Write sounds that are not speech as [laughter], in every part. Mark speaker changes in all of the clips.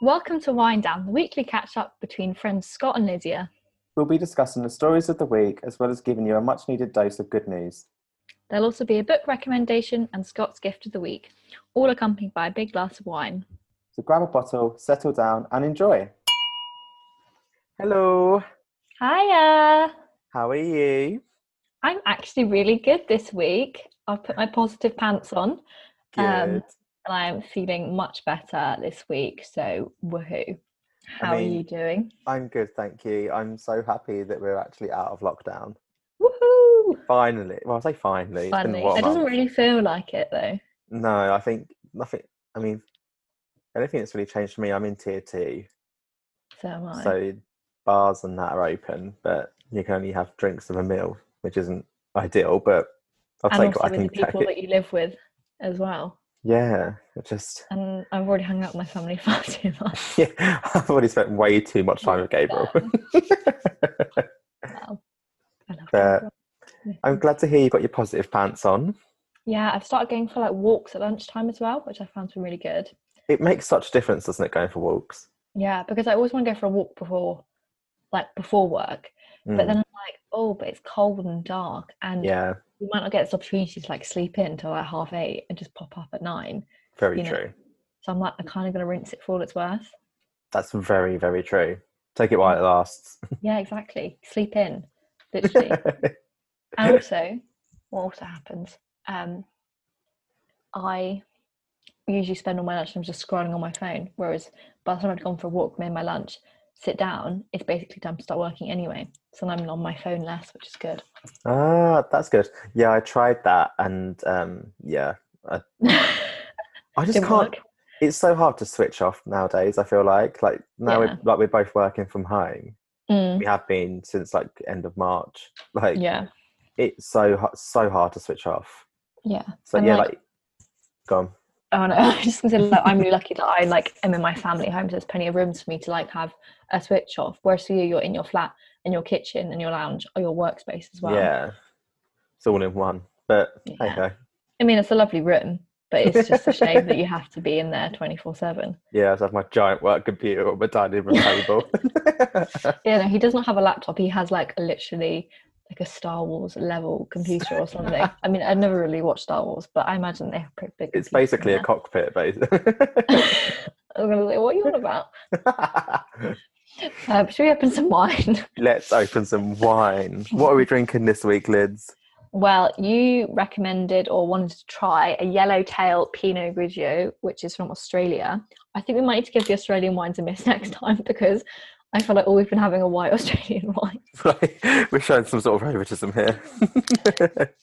Speaker 1: Welcome to Wind Down, the weekly catch up between friends Scott and Lydia.
Speaker 2: We'll be discussing the stories of the week as well as giving you a much needed dose of good news.
Speaker 1: There'll also be a book recommendation and Scott's gift of the week, all accompanied by a big glass of wine.
Speaker 2: So grab a bottle, settle down, and enjoy. Hello,
Speaker 1: Hiya!
Speaker 2: how are you?
Speaker 1: I'm actually really good this week. I've put my positive pants on
Speaker 2: Good.
Speaker 1: and I'm feeling much better this week, so woohoo. How
Speaker 2: mean-
Speaker 1: are you doing?
Speaker 2: I'm good, thank you. I'm so happy that we're actually out of lockdown.
Speaker 1: Woohoo!
Speaker 2: Finally. Well, I say finally. It's been,
Speaker 1: Finally.
Speaker 2: what, a
Speaker 1: It doesn't
Speaker 2: month?
Speaker 1: really feel like it though.
Speaker 2: No, I think nothing. I mean, I don't think it's really changed for me. I'm in tier two,
Speaker 1: So am I.
Speaker 2: so bars and that are open, but you can only have drinks and a meal, which isn't ideal. But I'll
Speaker 1: and also
Speaker 2: take what I
Speaker 1: with the
Speaker 2: can take.
Speaker 1: people that you live with as well.
Speaker 2: Yeah, it just [laughs]
Speaker 1: And I've already hung out with my family [laughs] far too much.
Speaker 2: yeah, I've already spent way too much time with Gabriel.
Speaker 1: Um, wow. I love
Speaker 2: But
Speaker 1: Gabriel.
Speaker 2: [laughs] I'm glad to hear you got your positive pants on.
Speaker 1: Yeah, I've started going for like walks at lunchtime as well, which I found been really good.
Speaker 2: It makes such a difference, doesn't it, going for walks?
Speaker 1: Yeah, because I always want to go for a walk before, like before work, but
Speaker 2: Mm,
Speaker 1: then I'm like, oh, but it's cold and dark, and
Speaker 2: yeah,
Speaker 1: you might not get this opportunity to like sleep in till like half eight and just pop up at nine.
Speaker 2: very
Speaker 1: you know.
Speaker 2: true.
Speaker 1: So I'm like, I'm kind of gonna rinse it for all it's worth.
Speaker 2: That's very, very true. Take it
Speaker 1: Mm.
Speaker 2: while it lasts.
Speaker 1: Yeah, exactly. Sleep in,
Speaker 2: [laughs]
Speaker 1: literally. And also, what also happens? Um, I usually spend all my lunch time just scrolling on my phone, whereas by the time I've gone for a walk, made my lunch, sit down, it's basically time to start working anyway. So I'm on my phone less, which is good. [laughs]
Speaker 2: Ah, that's good. Yeah, I tried that, and um, yeah, I just
Speaker 1: Didn't
Speaker 2: can't.
Speaker 1: work.
Speaker 2: It's so hard to switch off nowadays. I feel like like now
Speaker 1: Yeah.
Speaker 2: we're like we're both working from home.
Speaker 1: Mm,
Speaker 2: We have been since like end of March. Like
Speaker 1: yeah,
Speaker 2: it's so har- so hard to switch off.
Speaker 1: yeah.
Speaker 2: So
Speaker 1: And,
Speaker 2: yeah,
Speaker 1: like-
Speaker 2: like, gone.
Speaker 1: Oh no, [laughs] I just gonna say like, I'm really lucky that I like am in my family home, so there's plenty of rooms for me to like have a switch off. Whereas for you, you're in your flat and your kitchen and your lounge or your workspace as well.
Speaker 2: Yeah, it's all in one. But
Speaker 1: Yeah.
Speaker 2: okay,
Speaker 1: I mean, it's a lovely room, but it's just a shame
Speaker 2: [laughs]
Speaker 1: that you have to be in there 24 7.
Speaker 2: yeah, I just have my giant work computer on my
Speaker 1: [laughs]
Speaker 2: dining room table. [laughs]
Speaker 1: Yeah, no, he does not have a laptop. He has like a literally like a Star Wars level computer or something.
Speaker 2: [laughs]
Speaker 1: I mean, I've never really watched Star Wars, but I imagine they have pretty big. computers
Speaker 2: it's
Speaker 1: in
Speaker 2: basically a
Speaker 1: there.
Speaker 2: cockpit,
Speaker 1: [laughs] I'm going to say, what are you on about?
Speaker 2: basically.
Speaker 1: Uh, should we open some [laughs] wine?
Speaker 2: [laughs] Let's open some wine. What are we drinking this week, Lids? [laughs]
Speaker 1: Well, you recommended or wanted to try a yellowtail Pinot Grigio, which is from Australia. I think we might need to give the Australian wines a miss [laughs] next time because I feel like all we've been having are white [laughs] Australian wines.
Speaker 2: We're showing some sort of favoritism here. [laughs]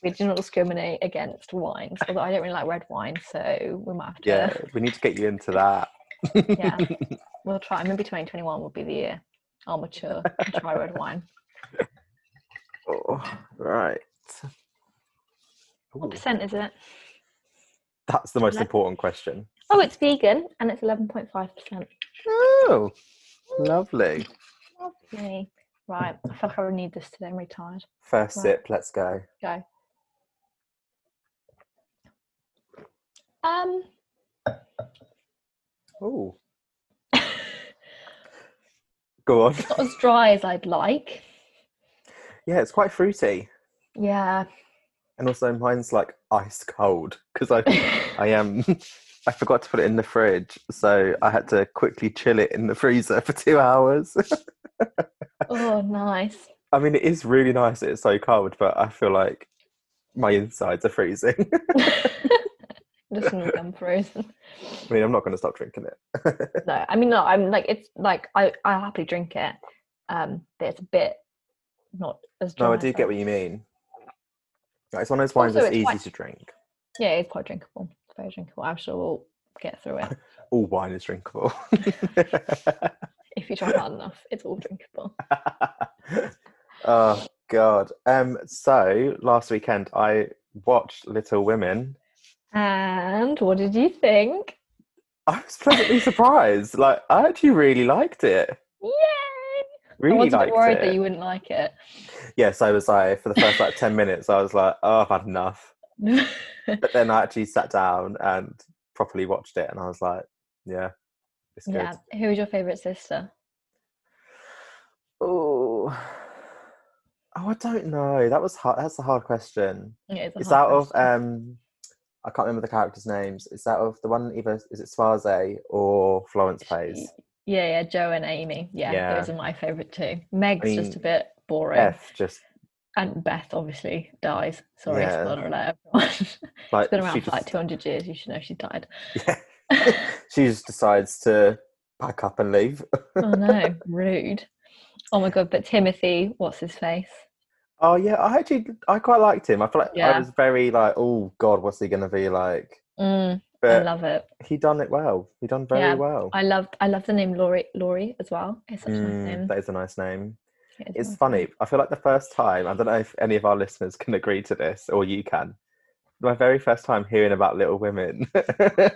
Speaker 1: We do not discriminate against wines, although I don't really like red wine, so we might have to.
Speaker 2: yeah, we need to get you into that.
Speaker 1: [laughs] yeah. We'll try. Maybe 2021 will be the year I'll mature and try red wine.
Speaker 2: Oh, right. Ooh,
Speaker 1: What percent is it?
Speaker 2: that's the most
Speaker 1: Let-
Speaker 2: important question.
Speaker 1: Oh, it's vegan and it's 11.5%.
Speaker 2: Oh, lovely.
Speaker 1: Yay. Right. I feel like I would need this today. I'm really tired.
Speaker 2: First
Speaker 1: Right.
Speaker 2: sip, let's go.
Speaker 1: Go. Um, [laughs]
Speaker 2: Oh. go on.
Speaker 1: not as dry as I'd like.
Speaker 2: Yeah, it's quite fruity.
Speaker 1: Yeah. [laughs]
Speaker 2: And also, mine's like ice cold because I I um [laughs] I forgot to put it in the fridge, so I had to quickly chill it in the freezer for two hours. [laughs]
Speaker 1: oh, nice.
Speaker 2: I mean, it is really nice that it's so cold, but I feel like my insides are freezing. [laughs]
Speaker 1: Just all gone frozen.
Speaker 2: I mean, I'm not going to stop drinking it. [laughs]
Speaker 1: No, I mean, no, I'm like, it's like, I, I'll happily drink it. Um, but it's a bit not as dry.
Speaker 2: No, I
Speaker 1: as
Speaker 2: do get what you mean. Like, It's one of those wines
Speaker 1: Also,
Speaker 2: that's
Speaker 1: it's
Speaker 2: easy
Speaker 1: quite-
Speaker 2: to drink.
Speaker 1: Yeah, it's quite drinkable. It's very drinkable. I'm sure we'll get through
Speaker 2: [laughs]
Speaker 1: it
Speaker 2: All wine is drinkable.
Speaker 1: [laughs] if you try hard enough. It's all drinkable.
Speaker 2: oh God. Um. So last weekend I watched Little Women.
Speaker 1: And what did you think?
Speaker 2: I was
Speaker 1: [laughs]
Speaker 2: pleasantly surprised. Like I actually really liked it.
Speaker 1: Yay! I
Speaker 2: Really
Speaker 1: was a
Speaker 2: liked
Speaker 1: bit worried
Speaker 2: it.
Speaker 1: that you wouldn't like it.
Speaker 2: Yes, I was like for the first like ten minutes, I was like, oh, I've had enough. But then I actually sat down and properly watched it, and I was like, yeah, It's
Speaker 1: [laughs]
Speaker 2: good.
Speaker 1: Yeah. Who was your favourite sister?
Speaker 2: Oh, oh, I don't know. That was hard. That's a hard question.
Speaker 1: Yeah, it's a
Speaker 2: It's
Speaker 1: hard
Speaker 2: out of
Speaker 1: question.
Speaker 2: um, I can't remember the characters' names. It's out of the one either is it Swaze or Florence Plays.
Speaker 1: Yeah, yeah, Joe and Amy. Yeah,
Speaker 2: Yeah.
Speaker 1: those are my favourite too. Meg's just a
Speaker 2: mean,
Speaker 1: bit boring.
Speaker 2: F just
Speaker 1: And Beth obviously dies. Sorry,
Speaker 2: Yeah.
Speaker 1: spoiler alert. Everyone. [laughs] she's
Speaker 2: like
Speaker 1: been around
Speaker 2: she
Speaker 1: for like
Speaker 2: just-
Speaker 1: 200 years. You should know she's died.
Speaker 2: yeah. she just decides to pack up and leave.
Speaker 1: [laughs]
Speaker 2: [laughs]
Speaker 1: oh no, rude. Oh my god, but Timothy, what's his face?
Speaker 2: Oh yeah, I actually I quite liked him. I feel like
Speaker 1: Yeah.
Speaker 2: I was very like, oh god, what's he gonna be like?
Speaker 1: Mm, I
Speaker 2: But
Speaker 1: love it.
Speaker 2: he done it well. He done very
Speaker 1: Yeah,
Speaker 2: well.
Speaker 1: I love I love the name Laurie Laurie as well. It's such a nice
Speaker 2: Mm,
Speaker 1: name.
Speaker 2: that is a nice name.
Speaker 1: It is
Speaker 2: It's
Speaker 1: nice.
Speaker 2: funny. I feel like the first time, I don't know if any of our listeners can agree to this, or you can. My very first time hearing about Little Women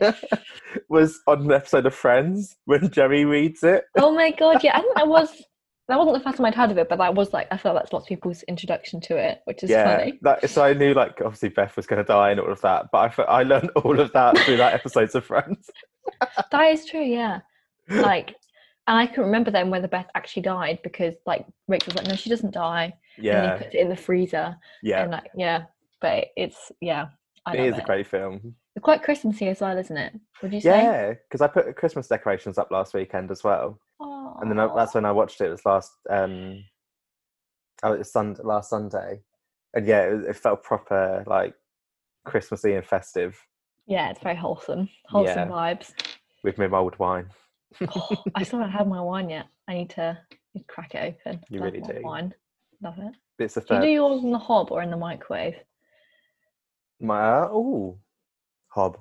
Speaker 2: [laughs] was on an episode of Friends when Jerry reads it.
Speaker 1: Oh my god, yeah, I think that was that wasn't the first time I'd heard of it, but that was like I feel that's lots of people's introduction to it, which is funny.
Speaker 2: That, so I knew, like, obviously Beth was going to die and all of that, but I, fe- I learned [laughs] all of that through that episodes of Friends.
Speaker 1: That is true, yeah. Like and I can remember then whether Beth actually died because like Rachel's like, No, she doesn't die. [laughs] And then
Speaker 2: Yeah,
Speaker 1: he puts it in the freezer.
Speaker 2: yeah.
Speaker 1: And like yeah. But it's yeah. I
Speaker 2: It
Speaker 1: love
Speaker 2: is
Speaker 1: it.
Speaker 2: a great film.
Speaker 1: It's quite Christmassy as well, isn't it? Would you say?
Speaker 2: Yeah, because I put Christmas decorations up last weekend as well. and then I,
Speaker 1: Aw.
Speaker 2: that's when I watched it. It was last, um, oh, it was Sunday, last Sunday, and yeah, it, was- it felt proper like Christmassy and festive
Speaker 1: yeah, it's very wholesome, wholesome
Speaker 2: Yeah.
Speaker 1: vibes.
Speaker 2: [laughs] with my mulled wine.
Speaker 1: Oh, I still haven't had my wine yet. I need to, need to crack it open.
Speaker 2: You really
Speaker 1: my
Speaker 2: do.
Speaker 1: Wine, love it.
Speaker 2: It's the
Speaker 1: Do you do
Speaker 2: third.
Speaker 1: yours in the hob or in the microwave?
Speaker 2: My oh,
Speaker 1: [laughs]
Speaker 2: hob.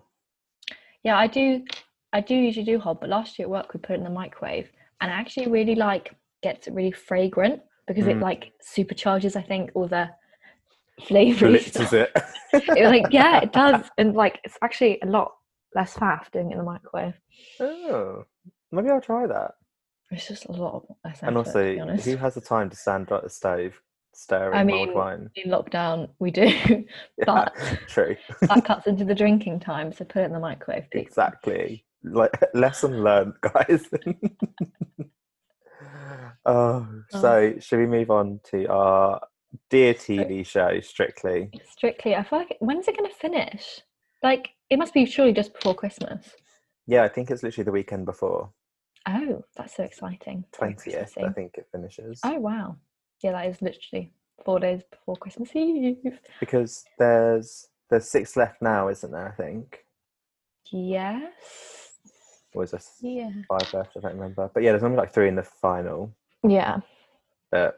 Speaker 1: Yeah, I do. I do usually do hob, but last year at work we put it in the microwave, and I actually really like gets it really fragrant because it
Speaker 2: Mm.
Speaker 1: like supercharges. I think all
Speaker 2: [laughs]
Speaker 1: the flavors.
Speaker 2: Blitzes it.
Speaker 1: it was [laughs] like yeah, it does, and like it's actually a lot less faff doing it in the microwave.
Speaker 2: [laughs] oh, maybe I'll try that.
Speaker 1: It's just a lot of less
Speaker 2: and
Speaker 1: effort, to be
Speaker 2: also,
Speaker 1: honest.
Speaker 2: who has the time to stand at the stove staring
Speaker 1: I
Speaker 2: mulled
Speaker 1: mean,
Speaker 2: wine?
Speaker 1: [laughs]
Speaker 2: [laughs]
Speaker 1: in lockdown we do
Speaker 2: Yeah,
Speaker 1: but-
Speaker 2: true,
Speaker 1: that cuts into the drinking time so put it in the microwave please.
Speaker 2: exactly. Like [laughs] lesson learned, guys. [laughs] oh, so should we move on to our dear TV show, Strictly?
Speaker 1: strictly i feel like when's it going to finish like it must be surely just before christmas
Speaker 2: Yeah, I think it's literally the weekend before
Speaker 1: oh that's so exciting Very
Speaker 2: twentieth. I
Speaker 1: Christmassy.
Speaker 2: think it finishes
Speaker 1: oh wow yeah that is literally four days before christmas eve
Speaker 2: because there's there's six left now, isn't there? I think.
Speaker 1: yes
Speaker 2: Or is there
Speaker 1: yeah
Speaker 2: five left? I don't remember. But yeah, there's only like three in the final.
Speaker 1: yeah
Speaker 2: But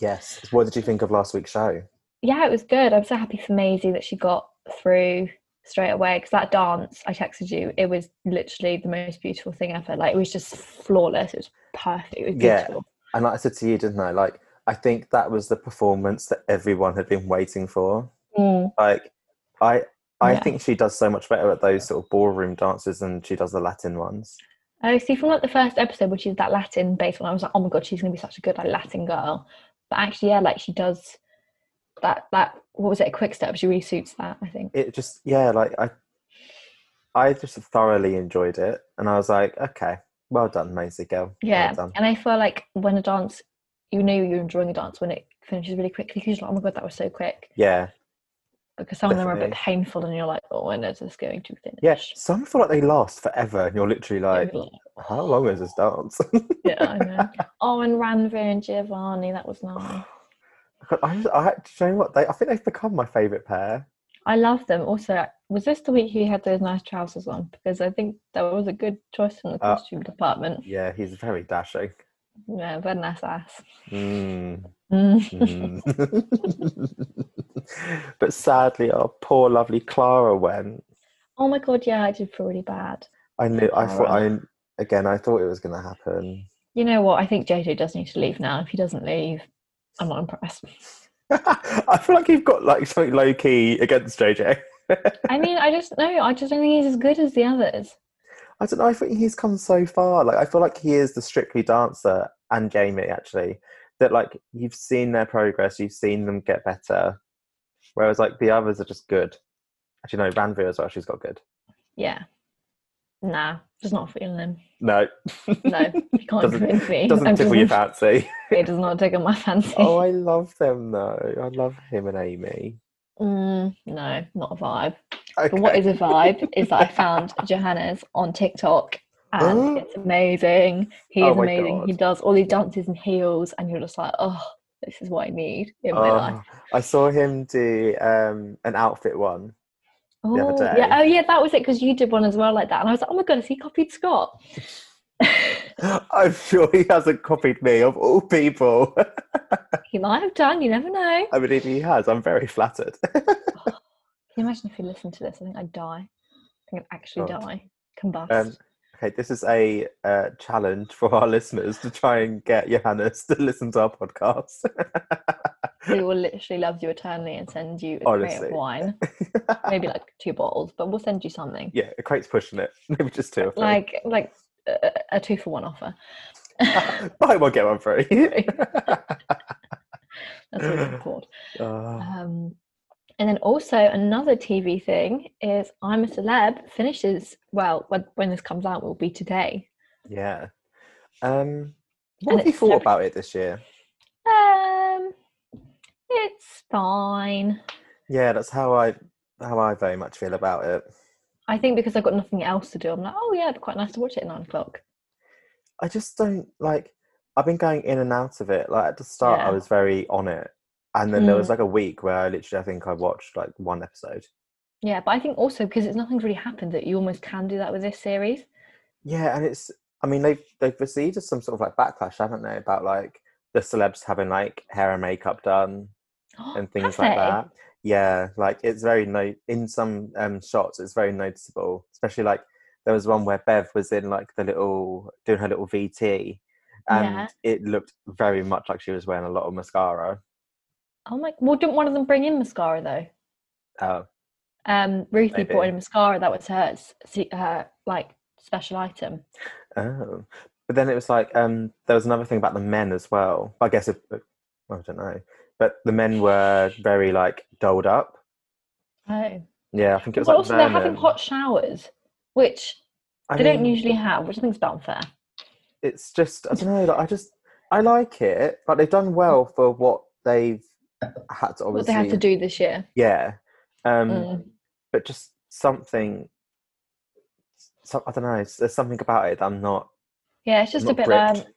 Speaker 2: yes, what did you think of last week's show?
Speaker 1: yeah it was good i'm so happy for Maisie that she got through straight away because that dance i texted you it was literally the most beautiful thing ever like it was just flawless it was perfect it was
Speaker 2: Yeah.
Speaker 1: beautiful
Speaker 2: And like I said to you, didn't I? Like, I think that was the performance that everyone had been waiting for.
Speaker 1: Mm,
Speaker 2: Like, I I
Speaker 1: Yeah.
Speaker 2: think she does so much better at those sort of ballroom dances than she does the Latin ones.
Speaker 1: I see from like the first episode, which is that Latin based one. I was like, oh my god, she's gonna be such a good like Latin girl. But actually, yeah, like she does that. That what was it? A quick step. She really suits that. I think.
Speaker 2: It just, yeah, like I I just thoroughly enjoyed it, and I was like, okay, well done, Maisie girl.
Speaker 1: Yeah,
Speaker 2: well done.
Speaker 1: and I feel like when a dance, you know, you're enjoying a dance when it finishes really quickly. Because you're like, oh my god, that was so quick.
Speaker 2: yeah,
Speaker 1: Because some of them are a bit
Speaker 2: Definitely.
Speaker 1: painful, and you're like, oh, when is this going to finish?
Speaker 2: yeah. Some feel like they last forever, and you're literally like, how long is this
Speaker 1: [sighs]
Speaker 2: dance? [laughs]
Speaker 1: yeah, I know. Oh, and Ranveer and Giovanni, that was nice.
Speaker 2: I, I, do you know what? They, I think they've become my favourite pair.
Speaker 1: I love them. Also, was this the week he had those nice trousers on? Because I think that was a good choice in the
Speaker 2: Uh,
Speaker 1: costume department.
Speaker 2: Yeah, he's very dashing.
Speaker 1: Yeah, very nice ass.
Speaker 2: Mm, [laughs]
Speaker 1: Mm.
Speaker 2: mm. but sadly, our poor lovely Clara went.
Speaker 1: Oh my god, yeah, I did feel really bad.
Speaker 2: I knew. I thought. I
Speaker 1: Clara.
Speaker 2: again. I thought it was going to happen. [laughs]
Speaker 1: You know what? I think JJ does need to leave now. If he doesn't leave, I'm not impressed.
Speaker 2: I feel like you've got like something low key against JJ.
Speaker 1: I mean, I just no, I just don't think he's as good as the others.
Speaker 2: I don't know. I think he's come so far. Like I feel like he is the strictly dancer and Jamie actually. That like you've seen their progress, you've seen them get better. Whereas like the others are just good. Actually, no, Ranveer as well. She's got good.
Speaker 1: Yeah. Nah, just not feeling him.
Speaker 2: No. [laughs]
Speaker 1: No, he can't
Speaker 2: Doesn't-
Speaker 1: convince me.
Speaker 2: Doesn't
Speaker 1: I'm
Speaker 2: tickle
Speaker 1: just-
Speaker 2: your
Speaker 1: [laughs]
Speaker 2: fancy.
Speaker 1: It does not tickle my [laughs] fancy.
Speaker 2: oh, I love them though. I love him and Amy.
Speaker 1: Mm, no, not a vibe.
Speaker 2: Okay.
Speaker 1: But what is a vibe is that I found Johannes on TikTok and
Speaker 2: Huh?
Speaker 1: it's amazing. He
Speaker 2: Oh
Speaker 1: is
Speaker 2: my
Speaker 1: amazing. He
Speaker 2: God.
Speaker 1: does all these dances and heels, and you're just like, oh, this is what I need in my life.
Speaker 2: Oh, I saw him do um, an outfit one. [gasps]
Speaker 1: Oh,
Speaker 2: the other day.
Speaker 1: yeah. Oh, yeah, that was it because you did one as well like that. And I was like, oh my God, has he copied Scott? [laughs]
Speaker 2: I'm sure he hasn't copied me of all people. [laughs]
Speaker 1: He might have done, you never know.
Speaker 2: I mean, if he has, I'm very flattered.
Speaker 1: Can you imagine if he listened to this? I think I'd die. I think I'd actually
Speaker 2: God.
Speaker 1: die. Combust.
Speaker 2: Um, okay, this is a uh, challenge for our listeners to try and get Johannes to listen to our podcast. [laughs]
Speaker 1: we will literally love you eternally and send you a crate
Speaker 2: Honestly.
Speaker 1: of wine.
Speaker 2: [laughs]
Speaker 1: Maybe like two bottles, but we'll send you something.
Speaker 2: yeah, a crate's pushing it. [laughs] Maybe just two or three. [laughs]
Speaker 1: Like like a, a two for one offer. [laughs]
Speaker 2: Buy one, get one free. [laughs]
Speaker 1: That's what it's called.
Speaker 2: Oh,
Speaker 1: Um, and then also another TV thing is I'm a Celeb finishes well when, when this comes out will be today.
Speaker 2: yeah. Um,
Speaker 1: And
Speaker 2: what have you
Speaker 1: it's
Speaker 2: thought
Speaker 1: every-
Speaker 2: about it this year?
Speaker 1: Um, it's fine.
Speaker 2: Yeah, that's how I how I very much feel about it.
Speaker 1: I think because I've got nothing else to do, I'm like, oh yeah, it'd be quite nice to watch it at nine o'clock.
Speaker 2: I just don't like. I've been going in and out of it. Like at the start, I
Speaker 1: Yeah.
Speaker 2: was very on it, and then there was
Speaker 1: Mm.
Speaker 2: like a week where I literally, I think I watched like one episode.
Speaker 1: Yeah, but I think also because it's nothing's really happened that you almost can do that with this series.
Speaker 2: Yeah, and it's. I mean, they've they've received some sort of like backlash, haven't they, about like the celebs having like hair and makeup done and
Speaker 1: [gasps]
Speaker 2: things
Speaker 1: Have
Speaker 2: like
Speaker 1: they?
Speaker 2: that. Yeah, like it's very no in some um shots it's very noticeable, especially like there was one where Bev was in like the little doing her little VT and
Speaker 1: Yeah.
Speaker 2: it looked very much like she was wearing a lot of mascara.
Speaker 1: Oh my! Well, didn't one of them bring in mascara though?
Speaker 2: Oh,
Speaker 1: Um, Ruthie brought
Speaker 2: Maybe.
Speaker 1: in mascara. That was her, s- se- her like special item.
Speaker 2: oh. But then it was like um there was another thing about the men as well. I guess if uh, I don't know. But the men were very like doled up.
Speaker 1: Oh,
Speaker 2: Yeah, I think it was
Speaker 1: but
Speaker 2: like
Speaker 1: also they're having
Speaker 2: Vernon.
Speaker 1: hot showers, which
Speaker 2: I
Speaker 1: they don't
Speaker 2: mean-
Speaker 1: usually have, which I think's a bit unfair.
Speaker 2: it's just I don't know. Like, I just I like it, but they've done well for what they've had to obviously.
Speaker 1: What they had to do this year.
Speaker 2: Yeah, um,
Speaker 1: Mm.
Speaker 2: but just something. Some, I don't know. There's something about it that I'm not.
Speaker 1: Yeah, it's just a
Speaker 2: not
Speaker 1: bit. Um,
Speaker 2: gripped.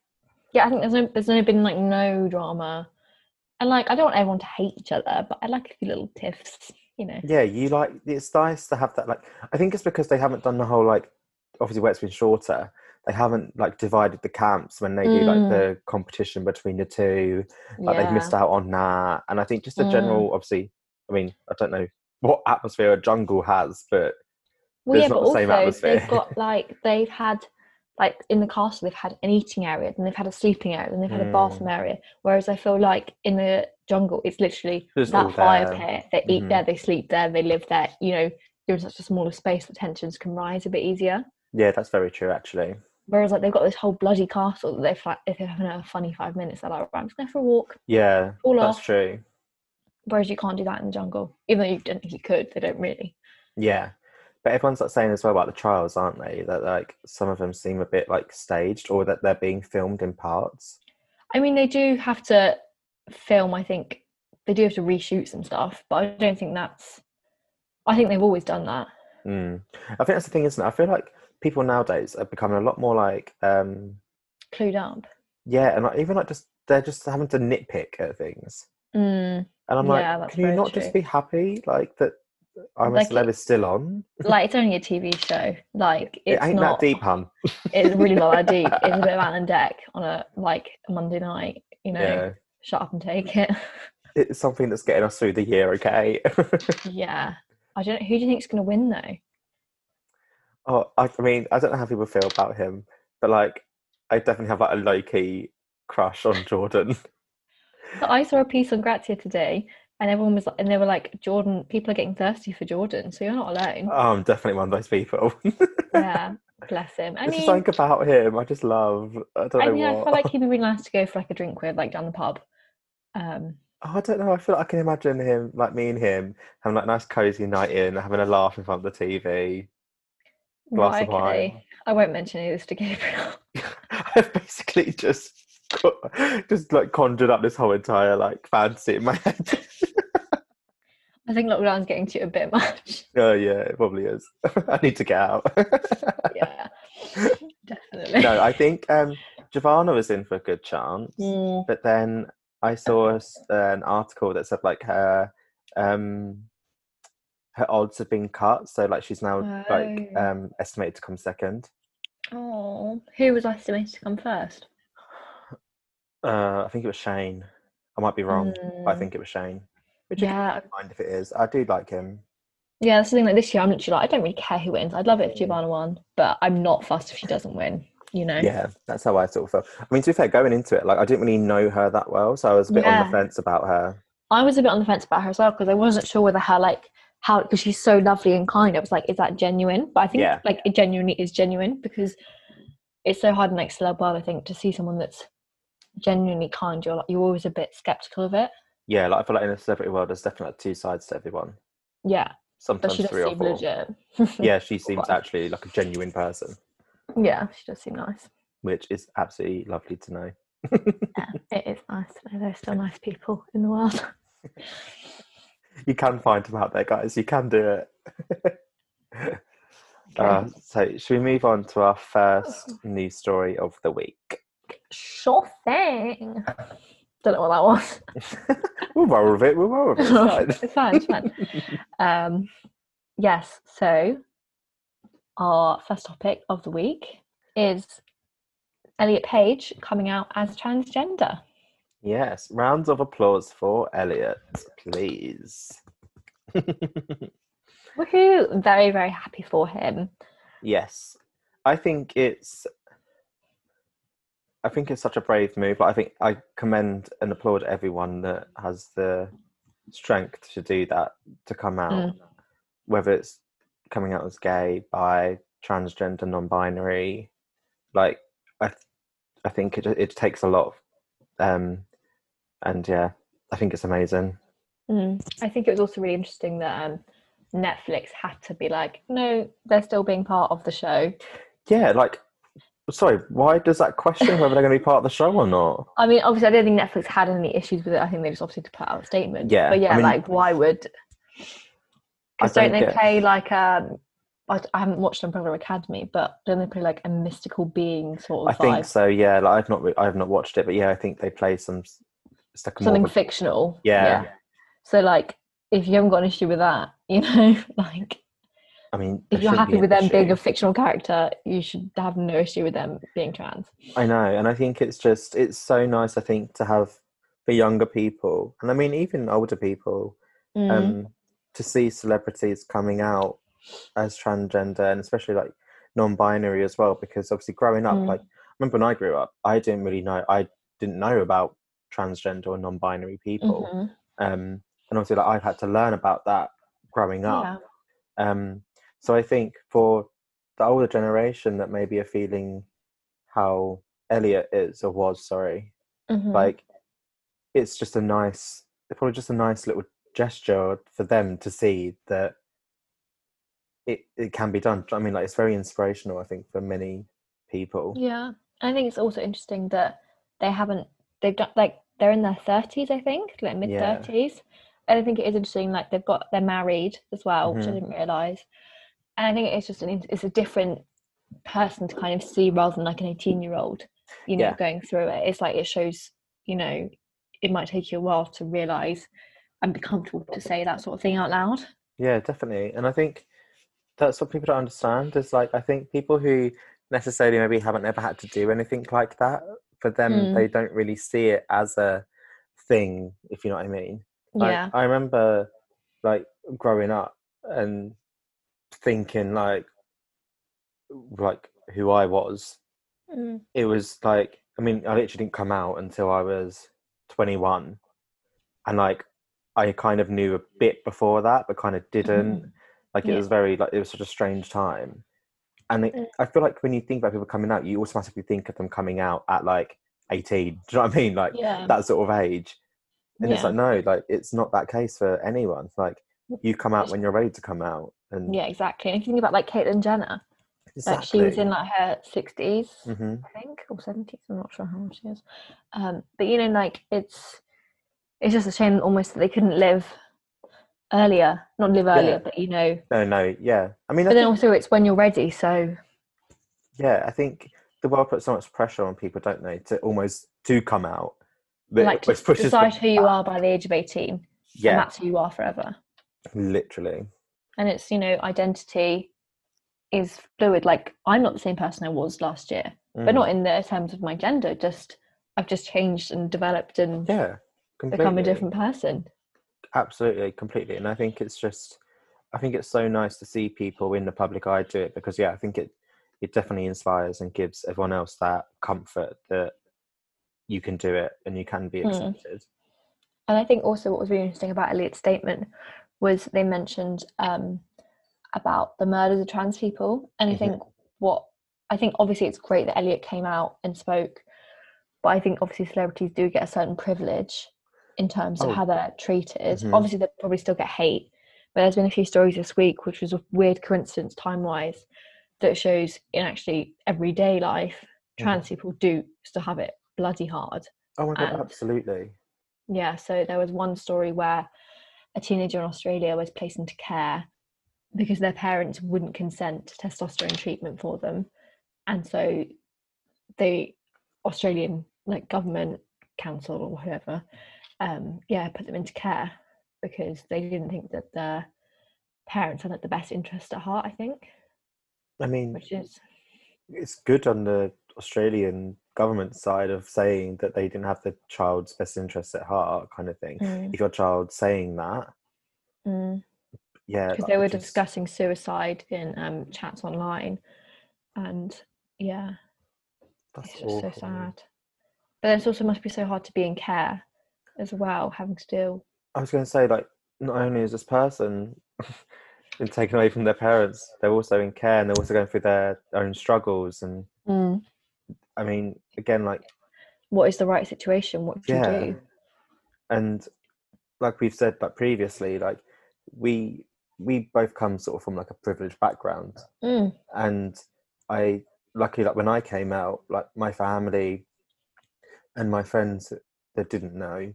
Speaker 1: yeah, I think there's no, there's no been like no drama, and like I don't want everyone to hate each other, but I like a few little tiffs, you know.
Speaker 2: Yeah, you like it's nice to have that. Like, I think it's because they haven't done the whole like. Obviously, where it's been shorter, they haven't like divided the camps when they do like
Speaker 1: Mm.
Speaker 2: the competition between the two. like
Speaker 1: yeah.
Speaker 2: they've missed out on that and i think just the
Speaker 1: Mm.
Speaker 2: general obviously i mean i don't know what atmosphere a jungle has but
Speaker 1: Well,
Speaker 2: It's
Speaker 1: yeah,
Speaker 2: not
Speaker 1: but
Speaker 2: the same
Speaker 1: also
Speaker 2: atmosphere.
Speaker 1: they've got like they've had like in the castle they've had an eating area, then they've had a sleeping area, then they've had a bathroom
Speaker 2: Hmm.
Speaker 1: area. Whereas I feel like in the jungle it's literally
Speaker 2: It's all
Speaker 1: that fire
Speaker 2: there.
Speaker 1: pit. They eat
Speaker 2: Mhm.
Speaker 1: there, they sleep there, they live there. You know, you're in such a smaller space that tensions can rise a bit easier.
Speaker 2: yeah that's very true actually
Speaker 1: Whereas like they've got this whole bloody castle that they've like, if they're having a funny five minutes, they're like, right, I'm just going for a walk,
Speaker 2: yeah
Speaker 1: all
Speaker 2: that's
Speaker 1: off.
Speaker 2: true
Speaker 1: Whereas you can't do that in the jungle, even though you don't think you could. They don't really.
Speaker 2: yeah but everyone's like saying as well about the trials aren't they that like some of them seem a bit like staged or that they're being filmed in parts
Speaker 1: I mean, they do have to film. I think they do have to reshoot some stuff, but I don't think that's. I think they've always done that.
Speaker 2: mm. i think that's the thing isn't it i feel like people nowadays are becoming a lot more like um
Speaker 1: Clued up.
Speaker 2: yeah and like, even like just they're just having to nitpick at things
Speaker 1: Mm.
Speaker 2: and i'm
Speaker 1: Yeah,
Speaker 2: like
Speaker 1: that's
Speaker 2: can you
Speaker 1: very
Speaker 2: not just
Speaker 1: true.
Speaker 2: be happy like that i'm
Speaker 1: Like
Speaker 2: a celeb
Speaker 1: it-
Speaker 2: is still on
Speaker 1: Like it's only a TV show. Like it's
Speaker 2: it ain't
Speaker 1: not.
Speaker 2: that deep, hun.
Speaker 1: It's really not that deep. It's
Speaker 2: [laughs]
Speaker 1: a bit of Alan Deck on a like Monday night. You know,
Speaker 2: Yeah,
Speaker 1: shut up and take
Speaker 2: [laughs]
Speaker 1: it.
Speaker 2: it's something that's getting us through the year. Okay. [laughs]
Speaker 1: yeah. I don't. Who do you think's going to win though?
Speaker 2: oh, I, I mean, I don't know how people feel about him, but like, I definitely have like a low key crush on
Speaker 1: [laughs]
Speaker 2: Jordan. [laughs]
Speaker 1: So I saw a piece on Grazia today, and everyone was like, and they were like, Jordan. People are getting thirsty for Jordan, so you're not
Speaker 2: [laughs]
Speaker 1: alone.
Speaker 2: Oh, I'm definitely one of those people. [laughs]
Speaker 1: yeah. Bless him. I
Speaker 2: There's
Speaker 1: mean,
Speaker 2: just something about him I just love. I don't
Speaker 1: I
Speaker 2: know
Speaker 1: mean, I
Speaker 2: what.
Speaker 1: feel like he'd be really nice to go for like a drink with, like down the pub. Um,
Speaker 2: Oh, I don't know. I feel like I can imagine him, like me and him, having like a nice cozy night in, having a laugh in front of the TV. glass
Speaker 1: Right,
Speaker 2: of wine.
Speaker 1: okay. I won't mention any of this to Gabriel. [laughs]
Speaker 2: [laughs] I've basically just got- just like conjured up this whole entire like fancy in my [laughs] head.
Speaker 1: I think lockdown's getting to you a bit much. [laughs]
Speaker 2: oh yeah, it probably is. [laughs] I need to get out. [laughs]
Speaker 1: yeah, definitely.
Speaker 2: no, I think um, Giovanna was in for a good chance,
Speaker 1: Mm,
Speaker 2: but then I saw a s an article that said like her um, her odds have been cut, so like she's now like
Speaker 1: Oh.
Speaker 2: um, estimated to come second.
Speaker 1: Oh, who was estimated to come first?
Speaker 2: Uh, I think it was Shane. I might be wrong, but I
Speaker 1: Mm.
Speaker 2: think it was Shane. Which I
Speaker 1: Hmm. Yeah,
Speaker 2: don't mind if it is. I do like him.
Speaker 1: yeah. That's the thing. Like this year, I'm literally like, I don't really care who wins. I'd love it if Giovanna won, but I'm not fussed if she doesn't win. You know.
Speaker 2: Yeah, that's how I sort of felt. I mean, to be fair, going into it, like I didn't really know her that well, so I was a bit on
Speaker 1: Yeah.
Speaker 2: the fence about her.
Speaker 1: I was a bit on the fence about her as well because I wasn't sure whether her like how because she's so lovely and kind. I was like, is that genuine? But I think
Speaker 2: Yeah.
Speaker 1: like it genuinely is genuine because it's so hard in like celeb world. I think to see someone that's genuinely kind, you're like you're always a bit skeptical of it.
Speaker 2: Yeah, like I feel like in the celebrity world, there's definitely like two sides to everyone.
Speaker 1: Yeah, but
Speaker 2: Sometimes
Speaker 1: she does
Speaker 2: three or
Speaker 1: seem
Speaker 2: four.
Speaker 1: legit.
Speaker 2: Yeah, she seems
Speaker 1: Wow.
Speaker 2: actually like a genuine person,
Speaker 1: [laughs] yeah, she does seem nice.
Speaker 2: which is absolutely lovely to know.
Speaker 1: Yeah, it is nice. to know There's still nice people in the world. [laughs]
Speaker 2: You can find them out there, guys. You can do it.
Speaker 1: Okay.
Speaker 2: Uh, so, should we move on to our
Speaker 1: Oh.
Speaker 2: first news story of the week?
Speaker 1: sure
Speaker 2: [laughs]
Speaker 1: thing. Don't know what that was.
Speaker 2: We'll roll with it. We'll roll with it. [laughs]
Speaker 1: [laughs]
Speaker 2: It's fine.
Speaker 1: it's fine. It's fine. um, yes. So, our first topic of the week is Elliot Page coming out as transgender.
Speaker 2: Yes, rounds of applause for Elliot, please.
Speaker 1: Woohoo! Very, very happy for him.
Speaker 2: Yes, I think it's. I think it's such a brave move. But I think I commend and applaud everyone that has the strength to do that to come out, whether it's coming out as gay, bi, transgender, non-binary. Like I, th- I think it it takes a lot, um, and yeah, I think it's amazing.
Speaker 1: Mm. I think it was also really interesting that um, Netflix had to be like, no, they're still being part of the show.
Speaker 2: Yeah, like, sorry, why does that question whether they're going to be part of the show or not?
Speaker 1: I mean, obviously, I don't think Netflix had any issues with it. I think they just obviously to put out a statement.
Speaker 2: Yeah,
Speaker 1: but yeah,
Speaker 2: I mean-
Speaker 1: like why would?
Speaker 2: I
Speaker 1: Because don't
Speaker 2: think
Speaker 1: they
Speaker 2: it-
Speaker 1: play like um? I, d- I haven't watched Umbrella Academy, but don't they play like a mystical being sort
Speaker 2: I
Speaker 1: of vibe?
Speaker 2: think so. Yeah, like, I've not, re- I've not watched it, but yeah, I think they play some. s- It's like a more
Speaker 1: Something
Speaker 2: of a-
Speaker 1: fictional.
Speaker 2: Yeah.
Speaker 1: So like, if you haven't got an issue with that, you know, [laughs] like
Speaker 2: I mean,
Speaker 1: if
Speaker 2: there
Speaker 1: you're
Speaker 2: shouldn't
Speaker 1: happy
Speaker 2: be an
Speaker 1: with them being
Speaker 2: issue.
Speaker 1: a fictional character, you should have no issue with them being trans.
Speaker 2: I know, and I think it's just it's so nice. I think to have for younger people, and I mean even older people,
Speaker 1: Mm.
Speaker 2: um, to see celebrities coming out as transgender and especially like non-binary as well because obviously growing up
Speaker 1: Mm.
Speaker 2: like I remember when I grew up I didn't really know I didn't know about transgender or non-binary people
Speaker 1: Mhm.
Speaker 2: um and obviously like I've had to learn about that growing
Speaker 1: Yeah.
Speaker 2: up um so I think for the older generation that maybe are feeling how Elliot is or was sorry
Speaker 1: Mhm.
Speaker 2: like it's just a nice it's probably just a nice little gesture for them to see that it, it can be done i mean like it's very inspirational i think for many people
Speaker 1: Yeah, I think it's also interesting that they haven't they've done like they're in their thirties, I think, like mid
Speaker 2: Yeah.
Speaker 1: thirties. And I think it is interesting, like they've got they're married as well, which I
Speaker 2: Mhm.
Speaker 1: didn't realize. And I think it's just an in- it's a different person to kind of see rather than like an eighteen year old, you know,
Speaker 2: Yeah.
Speaker 1: going through it. It's like it shows, you know, it might take you a while to realize and be comfortable to say that sort of thing out loud.
Speaker 2: yeah definitely and i think that's what people don't understand is like i think people who necessarily maybe haven't ever had to do anything like that for them
Speaker 1: Mm.
Speaker 2: they don't really see it as a thing if you know what i mean Like,
Speaker 1: yeah.
Speaker 2: I remember like growing up and thinking like like who I was.
Speaker 1: Mm.
Speaker 2: It was like I mean, I literally didn't come out until I was twenty one. And like I kind of knew a bit before that but kind of didn't. Like
Speaker 1: Mm-hmm.
Speaker 2: it
Speaker 1: Yeah.
Speaker 2: was very like it was such a strange time. And it,
Speaker 1: Mm.
Speaker 2: I feel like when you think about people coming out, you automatically think of them coming out at like eighteen. [laughs] Do you know what I mean? Like
Speaker 1: Yeah.
Speaker 2: that sort of age. And it's
Speaker 1: Yeah.
Speaker 2: like, no, like it's not that case for anyone. Like you come out
Speaker 1: It's-
Speaker 2: when you're ready to come out. And
Speaker 1: Yeah, exactly. And if you think about like Caitlyn Jenner, Like, she was in like her 60s,
Speaker 2: hmm
Speaker 1: I think, or 70s. I'm not sure how old she is. Um, but you know, like it's it's just a shame that almost that they couldn't live earlier, not live earlier,
Speaker 2: Yeah.
Speaker 1: but you know.
Speaker 2: No, no, yeah. I mean, I
Speaker 1: But then
Speaker 2: think-
Speaker 1: also, it's when you're ready. So
Speaker 2: yeah, I think the world puts so much pressure on people, don't they, to almost to come out. That
Speaker 1: like
Speaker 2: it
Speaker 1: to
Speaker 2: almost pushes
Speaker 1: decide
Speaker 2: them
Speaker 1: who you
Speaker 2: back.
Speaker 1: are by the age of 18 and
Speaker 2: Yeah,
Speaker 1: that's who you are forever
Speaker 2: literally.
Speaker 1: and it's you know identity is fluid like i'm not the same person i was last year but
Speaker 2: Mm.
Speaker 1: not in the terms of my gender just i've just changed and developed and
Speaker 2: Mm-hmm. yeah, completely.
Speaker 1: become a different person
Speaker 2: Absolutely, completely. And I think it's just, I think it's so nice to see people in the public eye do it because, yeah, I think it, it definitely inspires and gives everyone else that comfort that you can do it and you can be
Speaker 1: Mm.
Speaker 2: accepted.
Speaker 1: and i think also what was really interesting about elliot's statement was they mentioned um about the murders of trans people and i
Speaker 2: Mhm.
Speaker 1: think what i think obviously it's great that elliot came out and spoke but i think obviously celebrities do get a certain privilege in terms of
Speaker 2: Oh.
Speaker 1: how they're treated
Speaker 2: Mhm.
Speaker 1: obviously they probably still get hate but there's been a few stories this week which was a weird coincidence time wise that shows in actually everyday life
Speaker 2: Mhm.
Speaker 1: trans people do still have it bloody hard
Speaker 2: Oh my God,
Speaker 1: And-
Speaker 2: absolutely.
Speaker 1: yeah, so there was one story where a teenager in Australia was placed into care because their parents wouldn't consent to testosterone treatment for them. And so the Australian like government council or whoever, um, yeah, put them into care because they didn't think that their parents had like, the best interest at heart, I think.
Speaker 2: I mean,
Speaker 1: Which is
Speaker 2: it's good on the Australian government side of saying that they didn't have the child's best interests at heart, kind of thing.
Speaker 1: because
Speaker 2: If your child's saying that, yeah, like,
Speaker 1: Mm. they
Speaker 2: it
Speaker 1: were
Speaker 2: just-
Speaker 1: discussing suicide in um, chats online and yeah.
Speaker 2: that's
Speaker 1: it's just
Speaker 2: awful.
Speaker 1: so sad. But then it's also must be so hard to be in care as well, having to deal.
Speaker 2: I was going to say, like, not only is this person [laughs] been taken away from their parents, they're also in care and they're also going through their own struggles. And I mean, again, like,
Speaker 1: What is the right situation? What do
Speaker 2: Yeah.
Speaker 1: you do?
Speaker 2: and like we've said like previously, like we we both come sort of from like a privileged background,
Speaker 1: Mm.
Speaker 2: and I luckily like when I came out, like my family and my friends that didn't know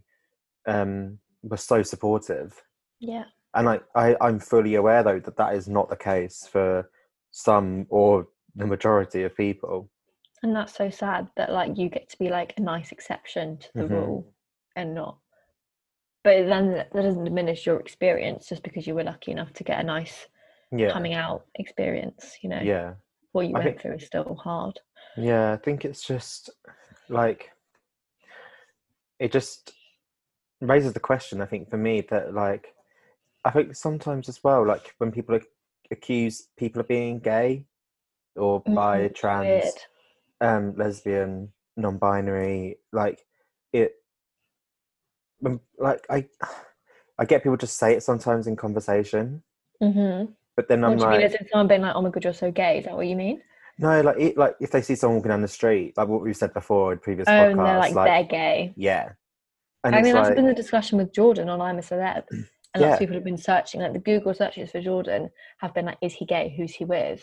Speaker 2: um, were so supportive.
Speaker 1: Yeah.
Speaker 2: and I, I i'm fully aware though that that is not the case for some or the majority of people
Speaker 1: And that's so sad that like you get to be like a nice exception to the
Speaker 2: Mhm.
Speaker 1: rule and not. But then that doesn't diminish your experience just because you were lucky enough to get a nice
Speaker 2: yeah
Speaker 1: coming out experience. You know,
Speaker 2: yeah
Speaker 1: what you
Speaker 2: I
Speaker 1: went
Speaker 2: think-
Speaker 1: through is still hard.
Speaker 2: yeah i think it's just like it just raises the question i think for me that like i think sometimes as well like when people ac- accuse people of being gay or bi
Speaker 1: Mhm.
Speaker 2: trans
Speaker 1: Weird.
Speaker 2: um lesbian non-binary like it when- like i i get people just say it sometimes in conversation
Speaker 1: Mm-hmm.
Speaker 2: but then i'm
Speaker 1: What do you mean?
Speaker 2: like
Speaker 1: As if someone being like, "Oh my god, you're so gay." Is that what you mean?
Speaker 2: no like it, like if they see someone walking down the street like what we've said before in previous
Speaker 1: Oh,
Speaker 2: podcasts
Speaker 1: and they're like,
Speaker 2: like
Speaker 1: they're gay.
Speaker 2: yeah and
Speaker 1: I
Speaker 2: it's
Speaker 1: mean, that's
Speaker 2: like
Speaker 1: been the discussion with Jordan on I'm a Celeb. And lots
Speaker 2: Yeah.
Speaker 1: of people have been searching, like the Google searches for Jordan have been like, is he gay? Who's he with?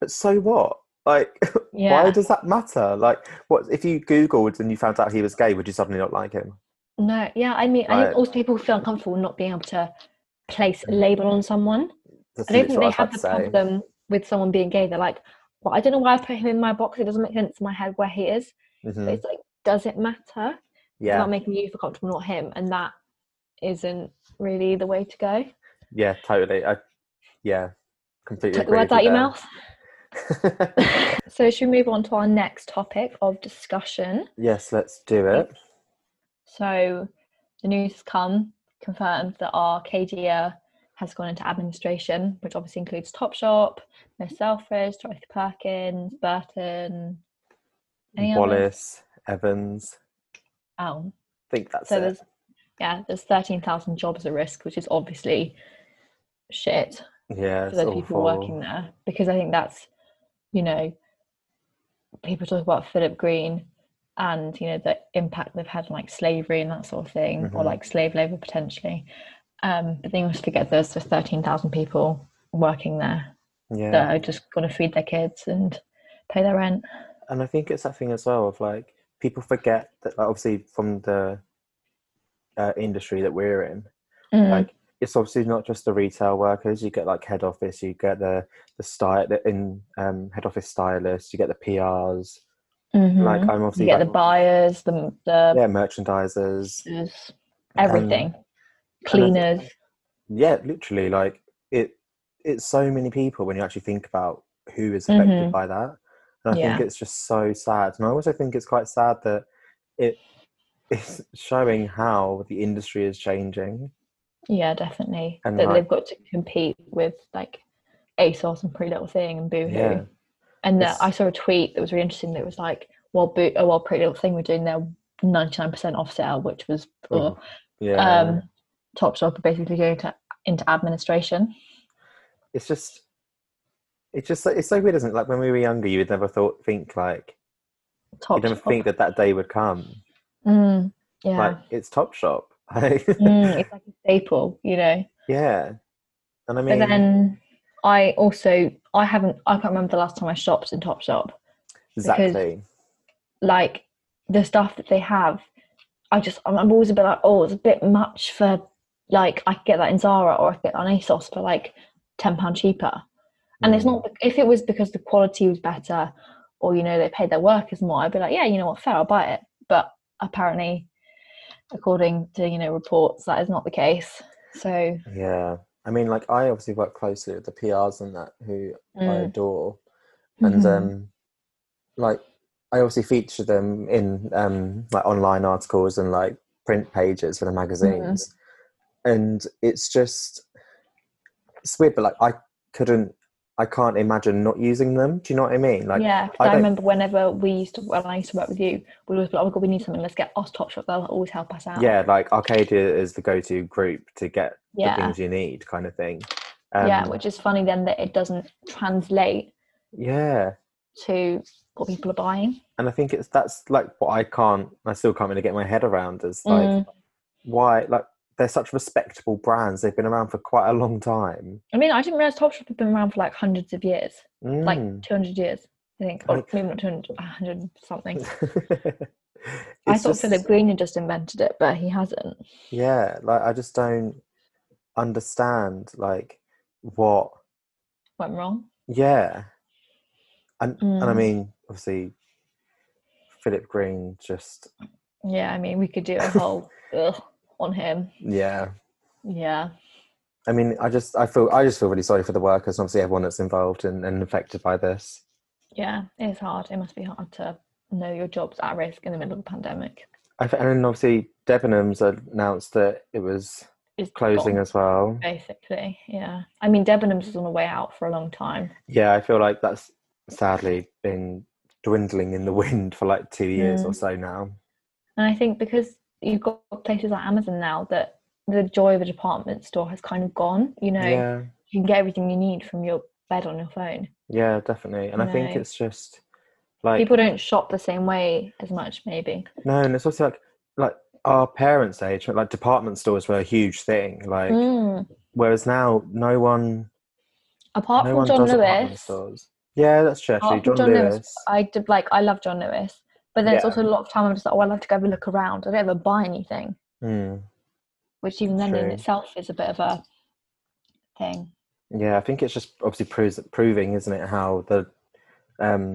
Speaker 2: but so what like [laughs]
Speaker 1: Yeah.
Speaker 2: why does that matter like what if you googled and you found out he was gay would you suddenly not like him
Speaker 1: No, yeah, I mean, I
Speaker 2: Right.
Speaker 1: think also people feel uncomfortable not being able to place a
Speaker 2: Mm.
Speaker 1: label on someone.
Speaker 2: That's
Speaker 1: I don't
Speaker 2: literally
Speaker 1: think
Speaker 2: what
Speaker 1: they
Speaker 2: I
Speaker 1: have the
Speaker 2: was about to say.
Speaker 1: problem with someone being gay. They're like, well, I don't know why I put him in my box. It doesn't make sense in my head where he is.
Speaker 2: Mhm.
Speaker 1: But it's like, does it matter? It's
Speaker 2: yeah
Speaker 1: about making you feel comfortable, not him. And that isn't really the way to go.
Speaker 2: yeah totally i yeah completely
Speaker 1: Took the
Speaker 2: agree
Speaker 1: words
Speaker 2: with
Speaker 1: out
Speaker 2: you
Speaker 1: your
Speaker 2: there.
Speaker 1: mouth. So should we move on to our next topic of discussion?
Speaker 2: [laughs] yes let's do it
Speaker 1: So the news has come, confirmed that our KDA has gone into administration, which obviously includes Topshop, Miss Selfridge, Dorothy Perkins, Burton, any others?
Speaker 2: wallace evans
Speaker 1: Oh,
Speaker 2: i think that's
Speaker 1: so
Speaker 2: it
Speaker 1: there's yeah, there's thirteen thousand jobs at risk, which is obviously shit
Speaker 2: yeah
Speaker 1: for
Speaker 2: it's
Speaker 1: the people
Speaker 2: awful.
Speaker 1: working there because I think that's you know people talk about Philip Green and you know the impact they've had on like slavery and that sort of thing or
Speaker 2: Mhm.
Speaker 1: like slave labor potentially um but then you always forget there's just 13,000 people working there
Speaker 2: Yeah.
Speaker 1: that are just going to feed their kids and pay their rent.
Speaker 2: and I think it's that thing as well of like people forget that like, obviously from the uh, industry that we're in,
Speaker 1: Mm,
Speaker 2: like it's obviously not just the retail workers. You get like head office, you get the the style the in um, head office stylists, you get the PRs.
Speaker 1: mhm.
Speaker 2: Like I'm
Speaker 1: you
Speaker 2: obviously
Speaker 1: get the
Speaker 2: like,
Speaker 1: buyers, the the
Speaker 2: yeah merchandisers.
Speaker 1: is everything, cleaners.
Speaker 2: Yeah, literally like it. It's so many people when you actually think about who is affected
Speaker 1: Mhm.
Speaker 2: by that, and I
Speaker 1: Yeah.
Speaker 2: think it's just so sad. And I also think it's quite sad that it [laughs] is showing how the industry is changing.
Speaker 1: Yeah, definitely.
Speaker 2: And
Speaker 1: that
Speaker 2: like-
Speaker 1: they've got to compete with like ASOS and Pretty Little Thing and Boohoo.
Speaker 2: Yeah.
Speaker 1: And uh,
Speaker 2: It's-
Speaker 1: I saw a tweet that was really interesting. That was like, while Boo, oh, while Pretty Little Thing were doing their ninety nine percent off sale, which was
Speaker 2: Oh,
Speaker 1: poor,
Speaker 2: Yeah.
Speaker 1: um, Topshop are basically going to into administration.
Speaker 2: it's just it's just so- it's so weird, isn't it? Like when we were younger, you would never thought think like
Speaker 1: Topshop.
Speaker 2: you'd never think that that day would come.
Speaker 1: Mm, yeah.
Speaker 2: Like it's Top [laughs] Shop.
Speaker 1: Mm, it's like a staple, you know.
Speaker 2: yeah. And I
Speaker 1: But
Speaker 2: mean,
Speaker 1: then I also I haven't I can't remember the last time I shopped in Topshop.
Speaker 2: exactly.
Speaker 1: Like the stuff that they have, I just I'm, I'm always a bit like, oh, it's a bit much for like I could get that in Zara or I could get that on ASOS for like ten pound cheaper. And it's
Speaker 2: Mm.
Speaker 1: not if it was because the quality was better or you know they paid their workers more, I'd be like, yeah, you know what, fair, I'll buy it. But apparently, according to you know reports, that is not the case. So
Speaker 2: Yeah. I mean, like I obviously work closely with the PRs and that who I
Speaker 1: mm.
Speaker 2: adore,
Speaker 1: [laughs]
Speaker 2: and
Speaker 1: Mm-hmm.
Speaker 2: um, like I obviously feature them in um like online articles and like print pages for the magazines,
Speaker 1: Mm-hmm.
Speaker 2: and it's just it's weird, but like I couldn't, I can't imagine not using them. Do you know what I mean? Like,
Speaker 1: yeah, 'cause
Speaker 2: I
Speaker 1: I,
Speaker 2: don't-
Speaker 1: remember whenever we used to when I used to work with you, we always be like, oh my god, we need something. Let's get us Topshop. They'll always help us out.
Speaker 2: yeah, like Arcadia is the go-to group to get
Speaker 1: yeah,
Speaker 2: the things you need, kind of thing.
Speaker 1: yeah.
Speaker 2: Um,
Speaker 1: Which is funny then that it doesn't translate
Speaker 2: yeah.
Speaker 1: to what people are buying.
Speaker 2: And I think it's that's like what I can't, I still can't really get my head around is like
Speaker 1: Mm.
Speaker 2: why like they're such respectable brands. They've been around for quite a long time.
Speaker 1: I mean, I didn't realize Topshop had been around for like hundreds of years, like
Speaker 2: Mm.
Speaker 1: two hundred years, I think, or
Speaker 2: Like-
Speaker 1: maybe not 200, 100
Speaker 2: [laughs]
Speaker 1: something. I
Speaker 2: It's
Speaker 1: thought
Speaker 2: just-
Speaker 1: Philip Green had just invented it, but he hasn't.
Speaker 2: yeah like i just don't understand like what
Speaker 1: Went wrong.
Speaker 2: yeah and and i
Speaker 1: Mm.
Speaker 2: mean obviously philip green just
Speaker 1: Yeah, I mean, we could do a whole
Speaker 2: [laughs]
Speaker 1: ugh, on him.
Speaker 2: yeah
Speaker 1: Yeah.
Speaker 2: i mean i just i feel i just feel really sorry for the workers and obviously everyone that's involved and, and affected by this
Speaker 1: Yeah, it's hard. It must be hard to know your job's at risk in the middle of a pandemic.
Speaker 2: I f- and then obviously debenhams announced that it was
Speaker 1: It's
Speaker 2: closing
Speaker 1: gone,
Speaker 2: as well
Speaker 1: basically. Yeah, I mean, Debenhams was on the way out for a long time.
Speaker 2: yeah i feel like that's sadly been dwindling in the [laughs] wind for like two years
Speaker 1: Mm.
Speaker 2: or so now
Speaker 1: And I think because you've got places like Amazon now that the joy of a department store has kind of gone. You know,
Speaker 2: yeah
Speaker 1: you can get everything you need from your bed on your phone.
Speaker 2: Yeah, definitely. And I think
Speaker 1: No.
Speaker 2: it's just like
Speaker 1: People don't shop the same way as much, maybe.
Speaker 2: no, and it's also like like our parents' age, like department stores were a huge thing. Like
Speaker 1: Mm.
Speaker 2: whereas now no one
Speaker 1: Apart
Speaker 2: no
Speaker 1: from
Speaker 2: one
Speaker 1: John
Speaker 2: does apartment
Speaker 1: Lewis,
Speaker 2: stores. Yeah, that's true. Actually,
Speaker 1: Apart from
Speaker 2: John,
Speaker 1: John
Speaker 2: Lewis.
Speaker 1: Lewis, I did like I love John Lewis, but then it's
Speaker 2: Yeah.
Speaker 1: also a lot of time I'm just like, oh, I love to go have a look around. I don't ever buy anything.
Speaker 2: Mm.
Speaker 1: which even then in
Speaker 2: True.
Speaker 1: itself is a bit of a thing.
Speaker 2: Yeah, I think it's just obviously proves, proving, isn't it, how the um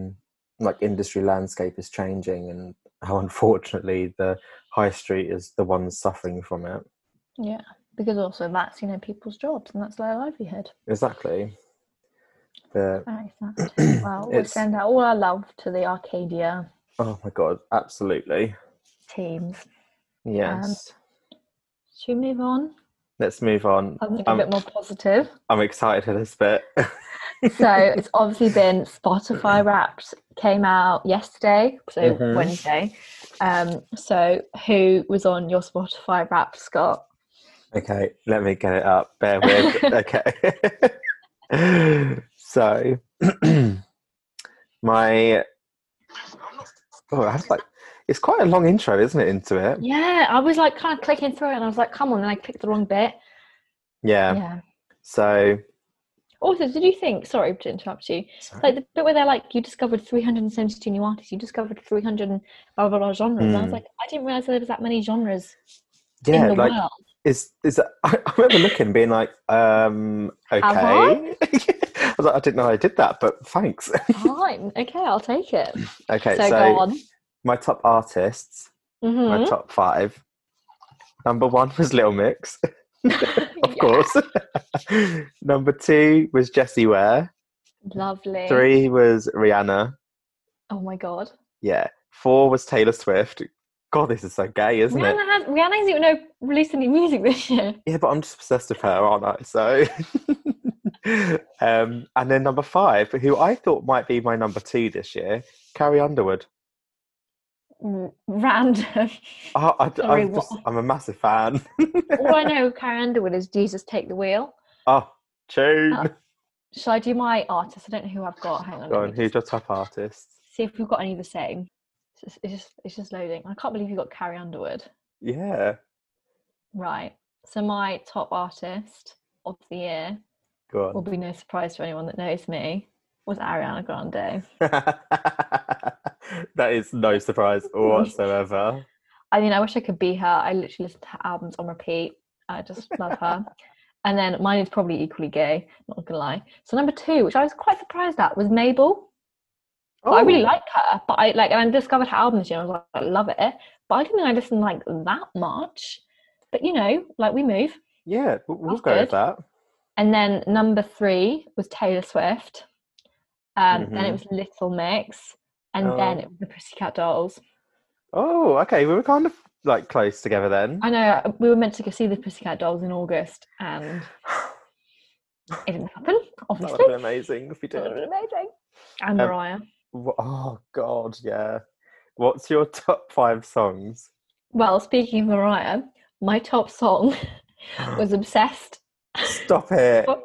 Speaker 2: like industry landscape is changing and how [laughs] unfortunately the high street is the one suffering from it.
Speaker 1: Yeah, because also that's you know people's jobs and that's their livelihood.
Speaker 2: Exactly. The
Speaker 1: Very sad.
Speaker 2: [clears throat]
Speaker 1: well, we
Speaker 2: It's-
Speaker 1: send out all our love to the Arcadia
Speaker 2: oh my god, absolutely.
Speaker 1: teams.
Speaker 2: Yes.
Speaker 1: Should we move on?
Speaker 2: Let's move on.
Speaker 1: Something
Speaker 2: Um,
Speaker 1: a bit more positive.
Speaker 2: I'm excited for this bit. [laughs]
Speaker 1: so it's obviously been Spotify Wrapped came out yesterday, so
Speaker 2: Mhm.
Speaker 1: Wednesday. Um, so who was on your Spotify Wrapped, Scott?
Speaker 2: okay, let me get it up. Bear
Speaker 1: [laughs]
Speaker 2: with. okay. [laughs] so, [clears throat] my. Oh, that's like. It's quite a long intro, isn't it, into it?
Speaker 1: Yeah, I was like kind of clicking through it, and I was like, "Come on!" And I clicked the wrong bit.
Speaker 2: Yeah.
Speaker 1: yeah.
Speaker 2: So,
Speaker 1: Also, did you think? Sorry to interrupt you.
Speaker 2: Sorry.
Speaker 1: Like the bit where they're like, you discovered 372 new artists. You discovered 300 and blah blah blah genres. And I was
Speaker 2: Mm.
Speaker 1: like, I didn't realize there was that many genres
Speaker 2: yeah,
Speaker 1: in the
Speaker 2: like
Speaker 1: world.
Speaker 2: is is [laughs] that, I, I remember looking, being like, um, okay.
Speaker 1: Have
Speaker 2: I? was like, [laughs] I didn't know I did that, but thanks. [laughs]
Speaker 1: Fine. Okay, I'll take it.
Speaker 2: okay,
Speaker 1: so,
Speaker 2: so,
Speaker 1: go on.
Speaker 2: my top artists,
Speaker 1: Mhm.
Speaker 2: my top five. Number one was Little Mix,
Speaker 1: [laughs]
Speaker 2: of
Speaker 1: Yeah.
Speaker 2: course. [laughs] Number two was Jessie Ware.
Speaker 1: Lovely.
Speaker 2: Three was Rihanna.
Speaker 1: Oh my god.
Speaker 2: Yeah. Four was Taylor Swift. God, this is so gay, isn't it?
Speaker 1: Rihanna, has, Rihanna hasn't even know, released any music this year. [laughs]
Speaker 2: Yeah, but I'm just obsessed with her, aren't I? So, [laughs] um, and then number five, who I thought might be my number two this year, Carrie Underwood.
Speaker 1: R-
Speaker 2: [laughs]
Speaker 1: Random.
Speaker 2: I, I,
Speaker 1: Sorry,
Speaker 2: am
Speaker 1: what?
Speaker 2: just, I'm a massive fan. [laughs]
Speaker 1: All I know of Carrie Underwood is Jesus Take the Wheel.
Speaker 2: oh, tune.
Speaker 1: Oh, Shall I do my artist? I don't know who I've got. Hang on.
Speaker 2: Go
Speaker 1: let
Speaker 2: on,
Speaker 1: me
Speaker 2: who's
Speaker 1: just
Speaker 2: your top artist?
Speaker 1: see if we've got any of the same. It's just, it's just, it's just loading. I can't believe you got Carrie Underwood.
Speaker 2: Yeah,
Speaker 1: Right. So my top artist of the year
Speaker 2: go
Speaker 1: will
Speaker 2: on.
Speaker 1: be no surprise to anyone that knows me was Ariana Grande.
Speaker 2: [laughs] that is
Speaker 1: [laughs]
Speaker 2: no surprise whatsoever.
Speaker 1: I mean, I wish I could be her. I literally listen to her albums on repeat. I just love
Speaker 2: [laughs]
Speaker 1: her. And then mine is probably equally gay, not gonna lie. So number two, which I was quite surprised at, was Mabel. But I really
Speaker 2: Oh,
Speaker 1: like her, but I like and I discovered her albums. You know, I was like, I love it, but I didn't think I listened like that much. But you know, like we move.
Speaker 2: Yeah, we'll, we'll
Speaker 1: That's
Speaker 2: go with
Speaker 1: good.
Speaker 2: that.
Speaker 1: And then number three was Taylor Swift. Um, Then
Speaker 2: Mhm.
Speaker 1: it was Little Mix, and then
Speaker 2: Oh.
Speaker 1: it was the Pussycat Dolls.
Speaker 2: Oh, okay, we were kind of like close together then.
Speaker 1: I know uh, we were meant to go see the Pussycat Dolls in August, and it didn't happen.
Speaker 2: [sighs] that
Speaker 1: Obviously,
Speaker 2: would have been amazing if we
Speaker 1: That
Speaker 2: did.
Speaker 1: would've been amazing. And
Speaker 2: Um,
Speaker 1: Mariah.
Speaker 2: Wha- Oh God, yeah. What's your top five songs?
Speaker 1: Well, speaking of Mariah, my top song [laughs] was "Obsessed."
Speaker 2: Stop it.
Speaker 1: Oh.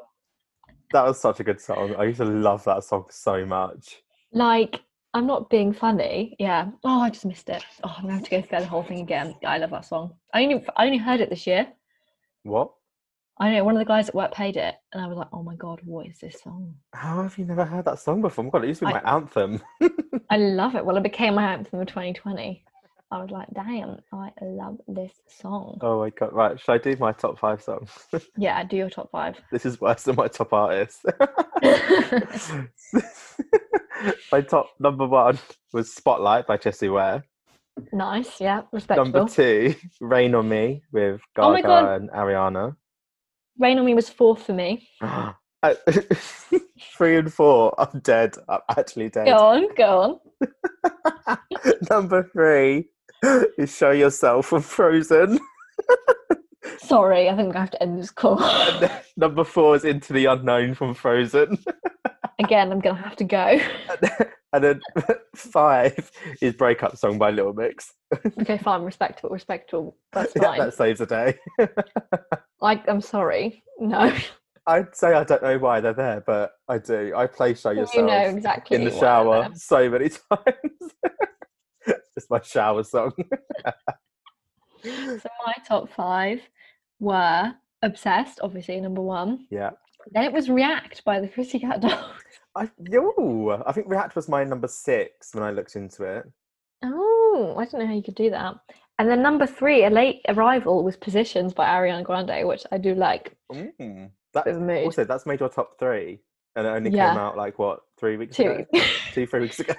Speaker 2: That was such a good song. I used to love that song so much.
Speaker 1: Like, I'm not being funny. Yeah. Oh, I just missed it. Oh, I'm gonna have to go through the whole thing again. I love that song. I only I only heard it this year.
Speaker 2: What?
Speaker 1: I know one of the guys at work played it, and I was like, "Oh my god, what is this song?
Speaker 2: How have you never heard that song before? Oh my God, it used to be
Speaker 1: I-
Speaker 2: my anthem.
Speaker 1: I love it." Well, it became my anthem of 2020. I was like, "Damn, I love this song."
Speaker 2: Oh my God. Right, should I do my top five songs?
Speaker 1: Yeah, do your top five. [laughs]
Speaker 2: This is worse than my top artist. [laughs] my top number one was Spotlight by Jessie Ware.
Speaker 1: nice. Yeah,
Speaker 2: Number
Speaker 1: respectable.
Speaker 2: two, Rain on Me with
Speaker 1: Oh my
Speaker 2: Gaga
Speaker 1: God.
Speaker 2: and Ariana. [gasps]
Speaker 1: Rain on me was four for me.
Speaker 2: Uh, [laughs] Three and four. I'm dead. I'm actually dead.
Speaker 1: Go on, go on.
Speaker 2: Number three is show yourself from Frozen. [laughs]
Speaker 1: Sorry, I think I have to end this call. [laughs]
Speaker 2: And then number four is Into the Unknown from Frozen. [laughs]
Speaker 1: Again, I'm gonna have to go.
Speaker 2: And then [laughs] five is Breakup Song by Little Mix. [laughs]
Speaker 1: Okay, fine, respectable, respectable. That's
Speaker 2: Yeah,
Speaker 1: fine.
Speaker 2: that saves a day.
Speaker 1: Like, I'm sorry. No,
Speaker 2: I'd say I don't know why they're there, but I do. I play Show
Speaker 1: [laughs]
Speaker 2: Yourself
Speaker 1: you know exactly.
Speaker 2: in the
Speaker 1: why they're
Speaker 2: shower
Speaker 1: there.
Speaker 2: so many [laughs] times. it's my shower song.
Speaker 1: So my top five were Obsessed, obviously number one.
Speaker 2: Yeah.
Speaker 1: Then it was React by the Pussycat Dolls.
Speaker 2: [laughs] I, ooh, I think React was my number six when I looked into it.
Speaker 1: Oh, I don't know how you could do that. And then number three, a late arrival was Positions by Ariana Grande, which I do like.
Speaker 2: Mm, that
Speaker 1: Bit of a mood.
Speaker 2: also that's made your top three, and it only
Speaker 1: Yeah.
Speaker 2: came out like what three weeks
Speaker 1: Two
Speaker 2: ago, two three weeks
Speaker 1: [laughs]
Speaker 2: ago.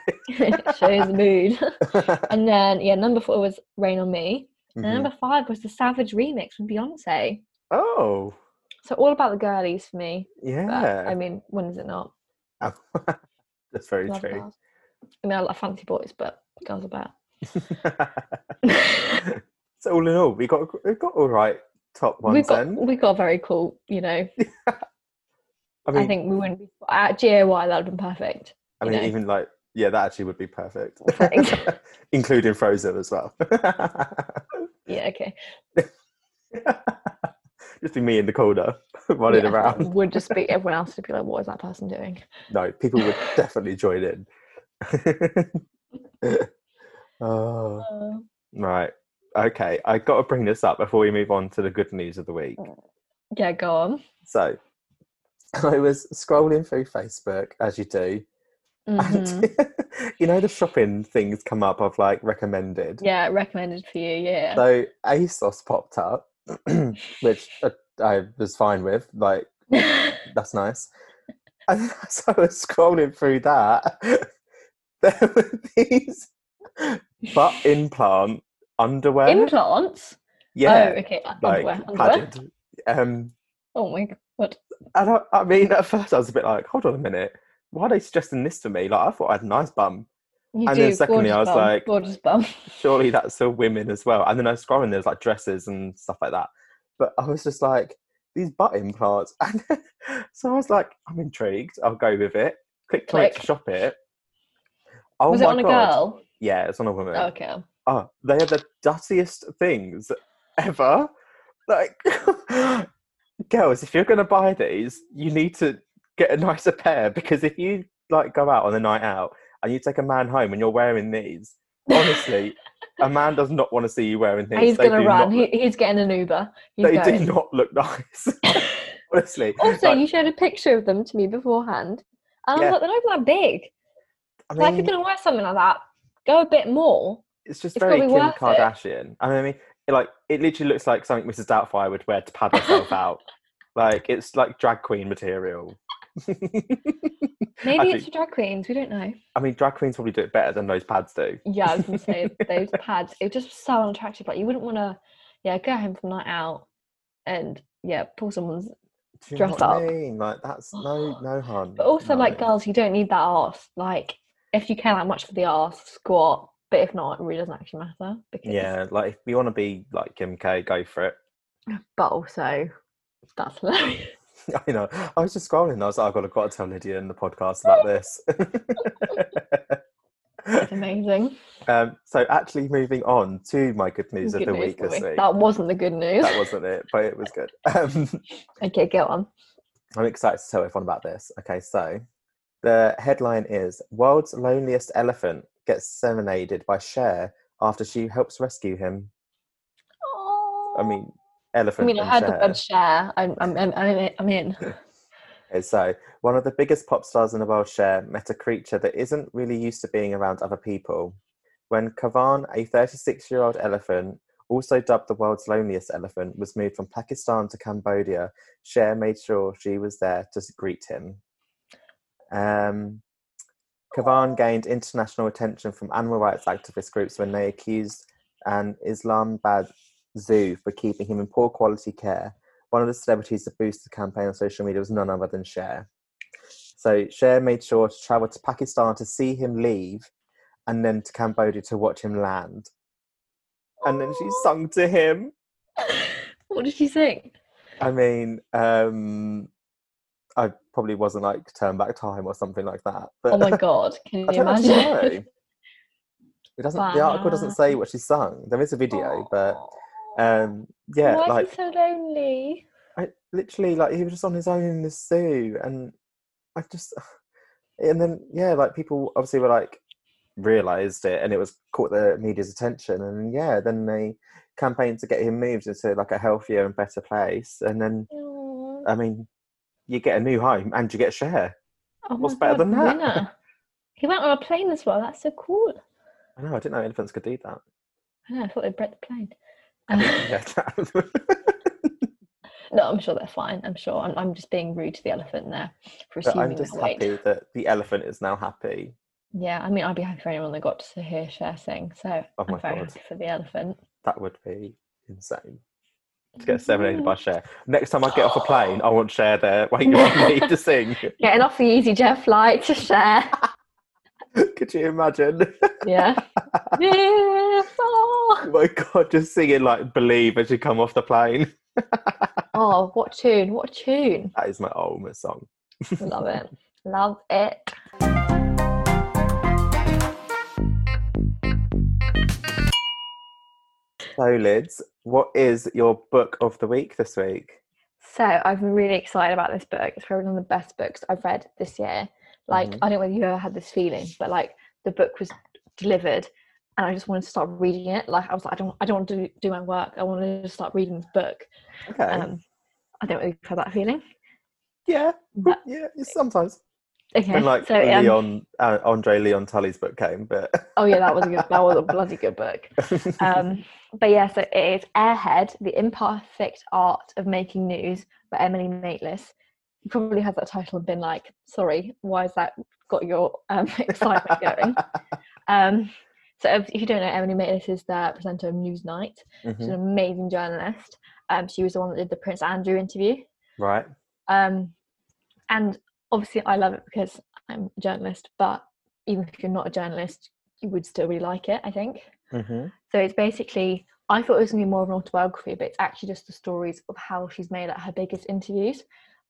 Speaker 1: shows the mood.
Speaker 2: Mhm.
Speaker 1: And then yeah, number four was Rain on Me.
Speaker 2: Mm-hmm.
Speaker 1: And number five was the Savage remix from Beyonce.
Speaker 2: Oh
Speaker 1: So all about the girlies for me. But I
Speaker 2: yeah,
Speaker 1: mean, when is it not?
Speaker 2: [laughs] that's very
Speaker 1: Love
Speaker 2: true.
Speaker 1: girls. I mean, I like fancy boys, but girls are bad. [laughs]
Speaker 2: [laughs] so all in all, we got we got all right top ones.
Speaker 1: we've got
Speaker 2: then
Speaker 1: we got very cool, you know.
Speaker 2: I
Speaker 1: I,
Speaker 2: mean,
Speaker 1: think we wouldn't be at GAY that would have been perfect.
Speaker 2: I
Speaker 1: you
Speaker 2: mean,
Speaker 1: know.
Speaker 2: even like yeah, that actually would be perfect,
Speaker 1: [laughs] Perfect.
Speaker 2: [laughs] including Frozen as well. [laughs]
Speaker 1: Yeah, okay.
Speaker 2: Just be me in the corner [laughs] running
Speaker 1: Yeah, that [laughs]
Speaker 2: around.
Speaker 1: Would just be everyone else would be like, What is that person doing?
Speaker 2: No, people would definitely join in. [laughs] oh, right. Okay. I got to [laughs] bring this up before we move on to the good news of the week.
Speaker 1: yeah, go on.
Speaker 2: So, and I was scrolling through Facebook as you do.
Speaker 1: Mhm.
Speaker 2: And [laughs] you know the shopping things come up of like recommended.
Speaker 1: yeah, recommended for you. Yeah.
Speaker 2: So ASOS popped up, [clears throat] which uh, I was fine with. Like
Speaker 1: [laughs]
Speaker 2: that's nice. And [laughs] then as I was scrolling through that, [laughs] there were these butt implant underwear.
Speaker 1: Implants.
Speaker 2: yeah,
Speaker 1: Oh, okay. uh,
Speaker 2: like
Speaker 1: underwear. Underwear.
Speaker 2: padded. Um,
Speaker 1: Oh my god.
Speaker 2: and I, I mean, at first I was a bit like, hold on a minute, why are they suggesting this to me? Like, I thought I had a nice bum.
Speaker 1: You
Speaker 2: And
Speaker 1: do.
Speaker 2: then secondly,
Speaker 1: gorgeous
Speaker 2: I was
Speaker 1: bum,
Speaker 2: like-
Speaker 1: gorgeous bum.
Speaker 2: Surely that's for women as well. And then I was scrolling, there's like dresses and stuff like that. But I was just like, these butt implants. [laughs] And so I was like, I'm intrigued. I'll go with it. Clicked on it to
Speaker 1: Click.
Speaker 2: shop it. [laughs] Oh
Speaker 1: was it
Speaker 2: my
Speaker 1: on a
Speaker 2: God.
Speaker 1: girl?
Speaker 2: Yeah, it's on a woman.
Speaker 1: Oh, okay.
Speaker 2: Oh, they are the dustiest things ever. Like, [laughs] girls, if you're going to buy these, you need to get a nicer pair because if you like go out on a night out and you take a man home and you're wearing these, honestly, a man does not want to see
Speaker 1: [laughs]
Speaker 2: you wearing these.
Speaker 1: Ah, he's
Speaker 2: They
Speaker 1: gonna
Speaker 2: do
Speaker 1: run.
Speaker 2: not
Speaker 1: He,
Speaker 2: look-
Speaker 1: he's getting an Uber. He's
Speaker 2: they
Speaker 1: going.
Speaker 2: do not look nice. [laughs]
Speaker 1: [laughs]
Speaker 2: honestly.
Speaker 1: Also,
Speaker 2: Like,
Speaker 1: you showed a picture of them to me beforehand, and I
Speaker 2: Yeah.
Speaker 1: was
Speaker 2: Mm.
Speaker 1: like, they're not that big.
Speaker 2: I
Speaker 1: like, if
Speaker 2: mean,
Speaker 1: you're gonna wear something like that, go a bit more.
Speaker 2: it's just
Speaker 1: it's
Speaker 2: very
Speaker 1: gotta
Speaker 2: Kim
Speaker 1: be worth it.
Speaker 2: Kardashian. I mean, it, like it literally looks like something Mrs. Doubtfire would wear to pad
Speaker 1: [laughs]
Speaker 2: herself out. Like it's like drag queen material. [laughs]
Speaker 1: Maybe
Speaker 2: I
Speaker 1: it's
Speaker 2: think-
Speaker 1: for drag queens. We don't know.
Speaker 2: I mean, drag queens probably do it better than those pads do.
Speaker 1: Yeah, I was gonna
Speaker 2: [laughs]
Speaker 1: say those pads. It was just so unattractive. Like you wouldn't want to. Yeah, go home from night out, and yeah, pull someone's.
Speaker 2: Do you know
Speaker 1: Dress
Speaker 2: what I
Speaker 1: up.
Speaker 2: mean? Like
Speaker 1: [gasps]
Speaker 2: that's no, no, hon.
Speaker 1: But also, like [laughs]
Speaker 2: no.
Speaker 1: girls, you don't need that arse. Like if you care that much for the arse, squat. But if not, it really doesn't actually matter. Because,
Speaker 2: Yeah, like if you want to be like Kim K, go for it. [laughs]
Speaker 1: But also, that's hilarious. [laughs]
Speaker 2: I know. I was just scrolling. and I was like, I've got to, got to tell Lydia in the podcast
Speaker 1: [laughs]
Speaker 2: about this. [laughs]
Speaker 1: It's amazing.
Speaker 2: um, so actually, moving on to my good news of
Speaker 1: Good
Speaker 2: the
Speaker 1: news,
Speaker 2: week
Speaker 1: good
Speaker 2: this
Speaker 1: news.
Speaker 2: week.
Speaker 1: That wasn't the good news. [laughs]
Speaker 2: That wasn't it, but it was good. [laughs] Um,
Speaker 1: okay, go on.
Speaker 2: I'm excited to tell everyone about this. Okay, so the headline is World's Loneliest Elephant Gets Serenaded by Cher After She Helps Rescue Him. I mean,
Speaker 1: I
Speaker 2: elephant.
Speaker 1: mean, I
Speaker 2: and
Speaker 1: heard the
Speaker 2: Cher.
Speaker 1: word share. I'm, I'm, I'm, I'm in- I'm in.
Speaker 2: Okay, So, one of the biggest pop stars in the world, Cher, met a creature that isn't really used to being around other people. When Kavan, a 36 year old elephant, also dubbed the world's loneliest elephant, was moved from Pakistan to Cambodia, Cher made sure she was there to s- greet him. Um, Kavan gained international attention from animal rights activist groups when they accused an Islamabad zoo for keeping him in poor quality care one of the celebrities to boost the campaign on social media was none other than Cher. So Cher made sure to travel to Pakistan to see him leave and then to Cambodia to watch him land. [laughs] And then she sung to him.
Speaker 1: What did she sing?
Speaker 2: I mean, um, I probably wasn't like turn back time or something like that. But
Speaker 1: Oh my god! Can
Speaker 2: [laughs] I
Speaker 1: you
Speaker 2: don't
Speaker 1: [laughs]
Speaker 2: actually
Speaker 1: imagine?
Speaker 2: know. It doesn't the article doesn't
Speaker 1: Wow.
Speaker 2: say what she sung. There is a video, but
Speaker 1: Aw.
Speaker 2: um yeah,
Speaker 1: why
Speaker 2: like
Speaker 1: is he so lonely?
Speaker 2: I literally like he was just on his own in the zoo, and I just [sighs] and then yeah, like people obviously were like realized it, and it was caught the media's attention, and yeah, then they campaigned to get him moved into like a healthier and better place, and then
Speaker 1: Aw.
Speaker 2: I mean, you get a new home and you get a share.
Speaker 1: Oh
Speaker 2: what's
Speaker 1: my
Speaker 2: better than that?
Speaker 1: winner. He went on a plane as well. That's so cool.
Speaker 2: I know I didn't know elephants could do that. [laughs]
Speaker 1: I know. I thought they bred the plane.
Speaker 2: I mean, [laughs]
Speaker 1: Um,
Speaker 2: yeah,
Speaker 1: [laughs] no, I'm sure they're fine. I'm sure. I'm, I'm just being rude to the elephant there for
Speaker 2: but
Speaker 1: assuming
Speaker 2: I'm
Speaker 1: they're
Speaker 2: just
Speaker 1: white.
Speaker 2: happy that the elephant is now happy.
Speaker 1: Yeah, I mean, I'd be happy for anyone that got to hear Cher sing. So
Speaker 2: Oh my
Speaker 1: I'm very
Speaker 2: God.
Speaker 1: happy for the elephant.
Speaker 2: That would be insane. to get serenaded by Cher. Next time I get off a plane, I want Cher there [laughs] waiting on me to sing.
Speaker 1: Getting off the EasyJet flight to Cher.
Speaker 2: [laughs] Could you imagine?
Speaker 1: Yeah. Beautiful.
Speaker 2: [laughs] Oh my god, just singing like "Believe" as you come off the plane. [laughs]
Speaker 1: Oh, what tune? What tune?
Speaker 2: That is my ultimate song.
Speaker 1: Love it. Love it.
Speaker 2: So, Lids, what is your book of the week this week?
Speaker 1: So I've been really excited about this book. It's probably one of the best books I've read this year. Like
Speaker 2: Mhm.
Speaker 1: I don't know whether you've ever had this feeling, but like the book was delivered, and I just wanted to start reading it. Like I was like, I don't, I don't want to do, do my work. I want to just start reading this book.
Speaker 2: Okay,
Speaker 1: Um, I don't really have that feeling.
Speaker 2: yeah,
Speaker 1: But-
Speaker 2: [laughs] yeah, sometimes.
Speaker 1: Okay.
Speaker 2: When like
Speaker 1: so, um,
Speaker 2: Leon, uh, Andre Leon Tully's book came, but [laughs]
Speaker 1: oh yeah, that was a good. That was a bloody good book. Um, but yeah, so it is Airhead: The Imperfect Art of Making News by Emily Maitlis. You probably had that title and been like, "Sorry, why has that got your um, [laughs] excitement going?" um, so if if you don't know, Emily Maitlis is the presenter of Newsnight. She's
Speaker 2: Mhm.
Speaker 1: an amazing journalist. Um, she was the one that did the Prince Andrew interview.
Speaker 2: Right.
Speaker 1: Um, and obviously, I love it because I'm a journalist. But even if you're not a journalist, you would still really like it. I think.
Speaker 2: hmm
Speaker 1: So it's basically, I thought it was going to be more of an autobiography, but it's actually just the stories of how she's made like, her biggest interviews.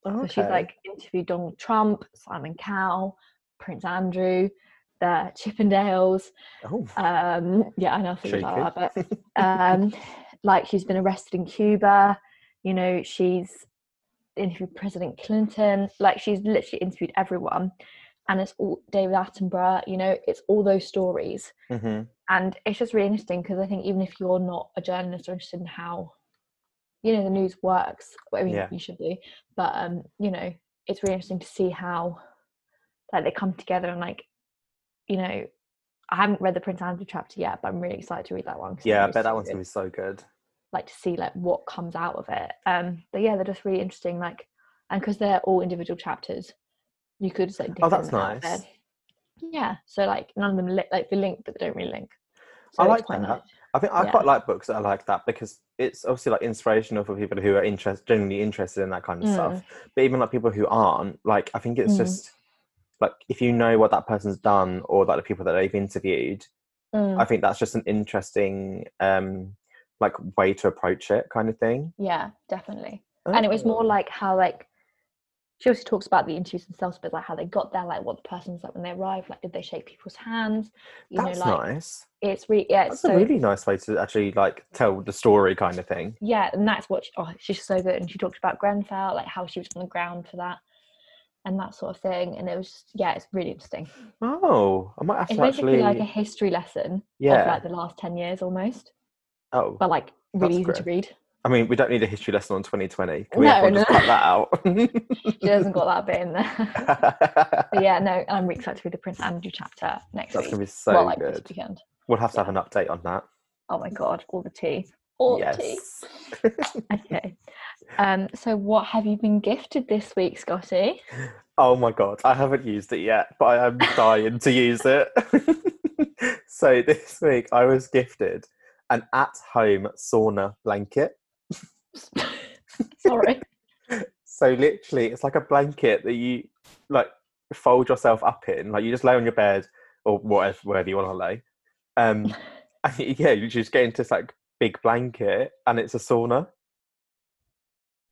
Speaker 1: So she's
Speaker 2: Okay.
Speaker 1: like interviewed Donald Trump, Simon Cowell, Prince Andrew, the Chippendales.
Speaker 2: Oh,
Speaker 1: Um, yeah, I know I figured that
Speaker 2: Cheeky.
Speaker 1: out,
Speaker 2: [laughs]
Speaker 1: but um, like she's been arrested in Cuba. You know, she's interviewed President Clinton. Like she's literally interviewed everyone, and it's all David Attenborough. You know, it's all those stories
Speaker 2: mhm.
Speaker 1: and it's just really interesting because I think even if you're not a journalist or interested in how you know the news works, well, I mean
Speaker 2: Yeah.
Speaker 1: you should be, but um, you know it's really interesting to see how like they come together and like you know I haven't read the Prince Andrew chapter yet, but I'm really excited to read that one. 'cause
Speaker 2: yeah, I
Speaker 1: it's
Speaker 2: bet that
Speaker 1: so
Speaker 2: one's
Speaker 1: good
Speaker 2: gonna be so good.
Speaker 1: like to see like what comes out of it. Um, but yeah, they're just really interesting. Like, and because they're all individual chapters, you could just like dip in
Speaker 2: Oh, that's
Speaker 1: and out of
Speaker 2: nice.
Speaker 1: it. Yeah, so like none of them li- like they link, but they don't really link.
Speaker 2: I
Speaker 1: it's
Speaker 2: like
Speaker 1: quite
Speaker 2: that.
Speaker 1: nice.
Speaker 2: I think I
Speaker 1: Yeah.
Speaker 2: quite like books that are like that because it's obviously like inspirational for people who are interest genuinely interested in that kind of stuff. But even like people who aren't, like I think it's
Speaker 1: Mm.
Speaker 2: just like if you know what that person's done or like the people that they've interviewed,
Speaker 1: Mm,
Speaker 2: I think that's just an interesting um like way to approach it kind of thing.
Speaker 1: yeah, definitely. And it was more
Speaker 2: Oh.
Speaker 1: like how like she also talks about the interviews themselves, but like how they got there, like what the person's like when they arrived, like did they shake people's hands? You
Speaker 2: that's
Speaker 1: know, like
Speaker 2: nice.
Speaker 1: it's really yeah,
Speaker 2: That's
Speaker 1: it's so
Speaker 2: a really nice way to actually like tell the story kind of thing.
Speaker 1: yeah, and that's what she, oh, she's so good. And she talked about Grenfell, like how she was on the ground for that and that sort of thing. And it was just, yeah, it's really interesting.
Speaker 2: Oh, I might have
Speaker 1: It's
Speaker 2: to actually
Speaker 1: basically like a history lesson
Speaker 2: yeah.
Speaker 1: of like the last ten years almost,
Speaker 2: oh,
Speaker 1: but like
Speaker 2: That's
Speaker 1: really easy to
Speaker 2: great.
Speaker 1: read.
Speaker 2: I mean, we don't need a history lesson on 2020. Can we
Speaker 1: No,
Speaker 2: everyone just
Speaker 1: no.
Speaker 2: cut that
Speaker 1: She hasn't got that
Speaker 2: [laughs]
Speaker 1: bit in there. [laughs]
Speaker 2: out? [laughs]
Speaker 1: but yeah, no, I'm really excited to read the Prince Andrew chapter next
Speaker 2: That's
Speaker 1: week.
Speaker 2: gonna be so
Speaker 1: well, like this
Speaker 2: good.
Speaker 1: weekend.
Speaker 2: We'll have to have an update on that.
Speaker 1: Oh my god, all the tea. All the tea.
Speaker 2: yes.
Speaker 1: [laughs] Okay. Um, so what have you been gifted this week,
Speaker 2: [laughs]
Speaker 1: Scotty?
Speaker 2: [laughs]
Speaker 1: [laughs]
Speaker 2: Oh my god, I haven't used it yet, but I am dying to use it. [laughs] so this week I was gifted an at-home sauna blanket.
Speaker 1: Sorry.
Speaker 2: So literally, it's like a blanket that you like fold yourself up in. Like you just lay on your bed or whatever, wherever you want to lay.
Speaker 1: [laughs]
Speaker 2: Um, and you- yeah, you just get into this like big blanket, and it's a sauna.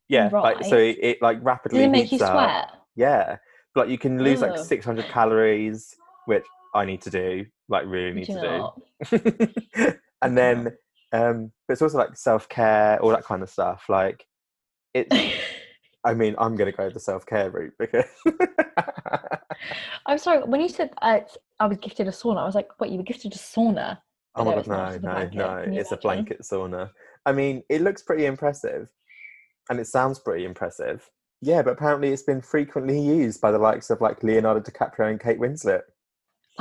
Speaker 2: Yeah, like so
Speaker 1: Right.
Speaker 2: it, it, like rapidly
Speaker 1: Did it make
Speaker 2: heats
Speaker 1: you
Speaker 2: up.
Speaker 1: sweat?
Speaker 2: Yeah, like you can lose like
Speaker 1: Ugh.
Speaker 2: six hundred calories, which I need to do. Like really need
Speaker 1: Do you
Speaker 2: to do.
Speaker 1: know
Speaker 2: [laughs]
Speaker 1: what?
Speaker 2: and then um but it's also like self-care all that kind of stuff like it's i mean i'm gonna go the self-care route because [laughs]
Speaker 1: I'm sorry, when you said uh, it's- I was gifted a sauna, I was like, what, you were gifted a sauna?
Speaker 2: oh my
Speaker 1: No,
Speaker 2: god
Speaker 1: it's not, it's a
Speaker 2: no no
Speaker 1: blanket.
Speaker 2: no
Speaker 1: Can you
Speaker 2: it's a
Speaker 1: imagine?
Speaker 2: blanket sauna i mean it looks pretty impressive and it sounds pretty impressive yeah but apparently it's been frequently used by the likes of like leonardo dicaprio and kate winslet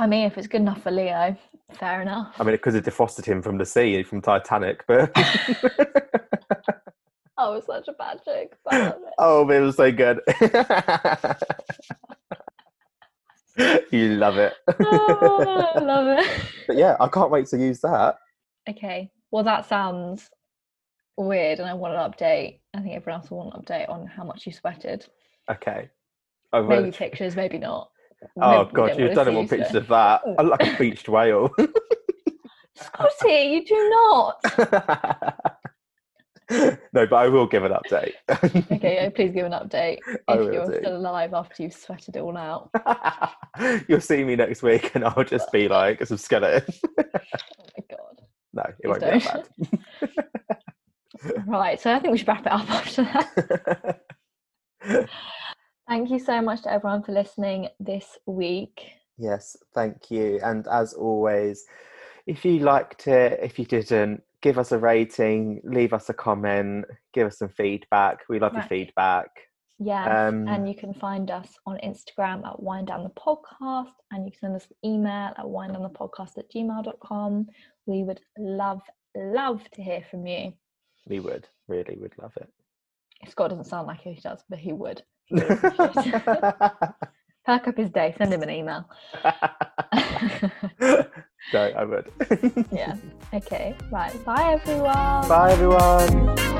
Speaker 1: I mean, if it's good enough for Leo, fair enough.
Speaker 2: [laughs] i mean it could have defrosted him from the sea from titanic but [laughs]
Speaker 1: Oh, it's such a bad joke. but I love it. [laughs]
Speaker 2: Oh, but it was so good. [laughs] you love it. [laughs]
Speaker 1: Oh, I love it.
Speaker 2: But yeah, I can't wait to use that.
Speaker 1: Okay. Well, that sounds weird, and I want an update. I think everyone else will want an update on how much you sweated.
Speaker 2: Okay. I will-
Speaker 1: Maybe pictures, maybe not.
Speaker 2: oh
Speaker 1: Maybe we
Speaker 2: god,
Speaker 1: don't
Speaker 2: you
Speaker 1: wanna
Speaker 2: don't
Speaker 1: see
Speaker 2: want
Speaker 1: you
Speaker 2: pictures
Speaker 1: sweat.
Speaker 2: of that. I'm like a
Speaker 1: [laughs]
Speaker 2: beached whale.
Speaker 1: Scotty, you do not.
Speaker 2: no, but I will give an update.
Speaker 1: Okay, yeah, please give an update
Speaker 2: [laughs] I
Speaker 1: if
Speaker 2: will
Speaker 1: you're
Speaker 2: do.
Speaker 1: still alive after you've sweated it all out.
Speaker 2: [laughs] You'll see me next week, and I'll just be like some skeleton. [laughs]
Speaker 1: Oh my god.
Speaker 2: No, it
Speaker 1: Please
Speaker 2: won't be that
Speaker 1: Right. So I think we should wrap it up [laughs] after that.
Speaker 2: bad. [laughs]
Speaker 1: Thank you so much to everyone for listening this week.
Speaker 2: Yes, thank you. And as always, if you liked it, if you didn't, give us a rating, leave us a comment, give us some feedback. We love
Speaker 1: Right.
Speaker 2: your feedback.
Speaker 1: Yeah.
Speaker 2: Um,
Speaker 1: and you can find us on Instagram at Wind Down the Podcast, and you can send us an email at winddownthepodcast at gmail.com. We would love, love to hear from you.
Speaker 2: we would really would love it.
Speaker 1: Scott doesn't sound like he does, but he
Speaker 2: [laughs]
Speaker 1: would. [laughs] Perk up his day, send him an email. [laughs]
Speaker 2: [laughs] no, I would. [laughs]
Speaker 1: yeah. Okay. Right. Bye, everyone.
Speaker 2: Bye, everyone.
Speaker 1: Bye.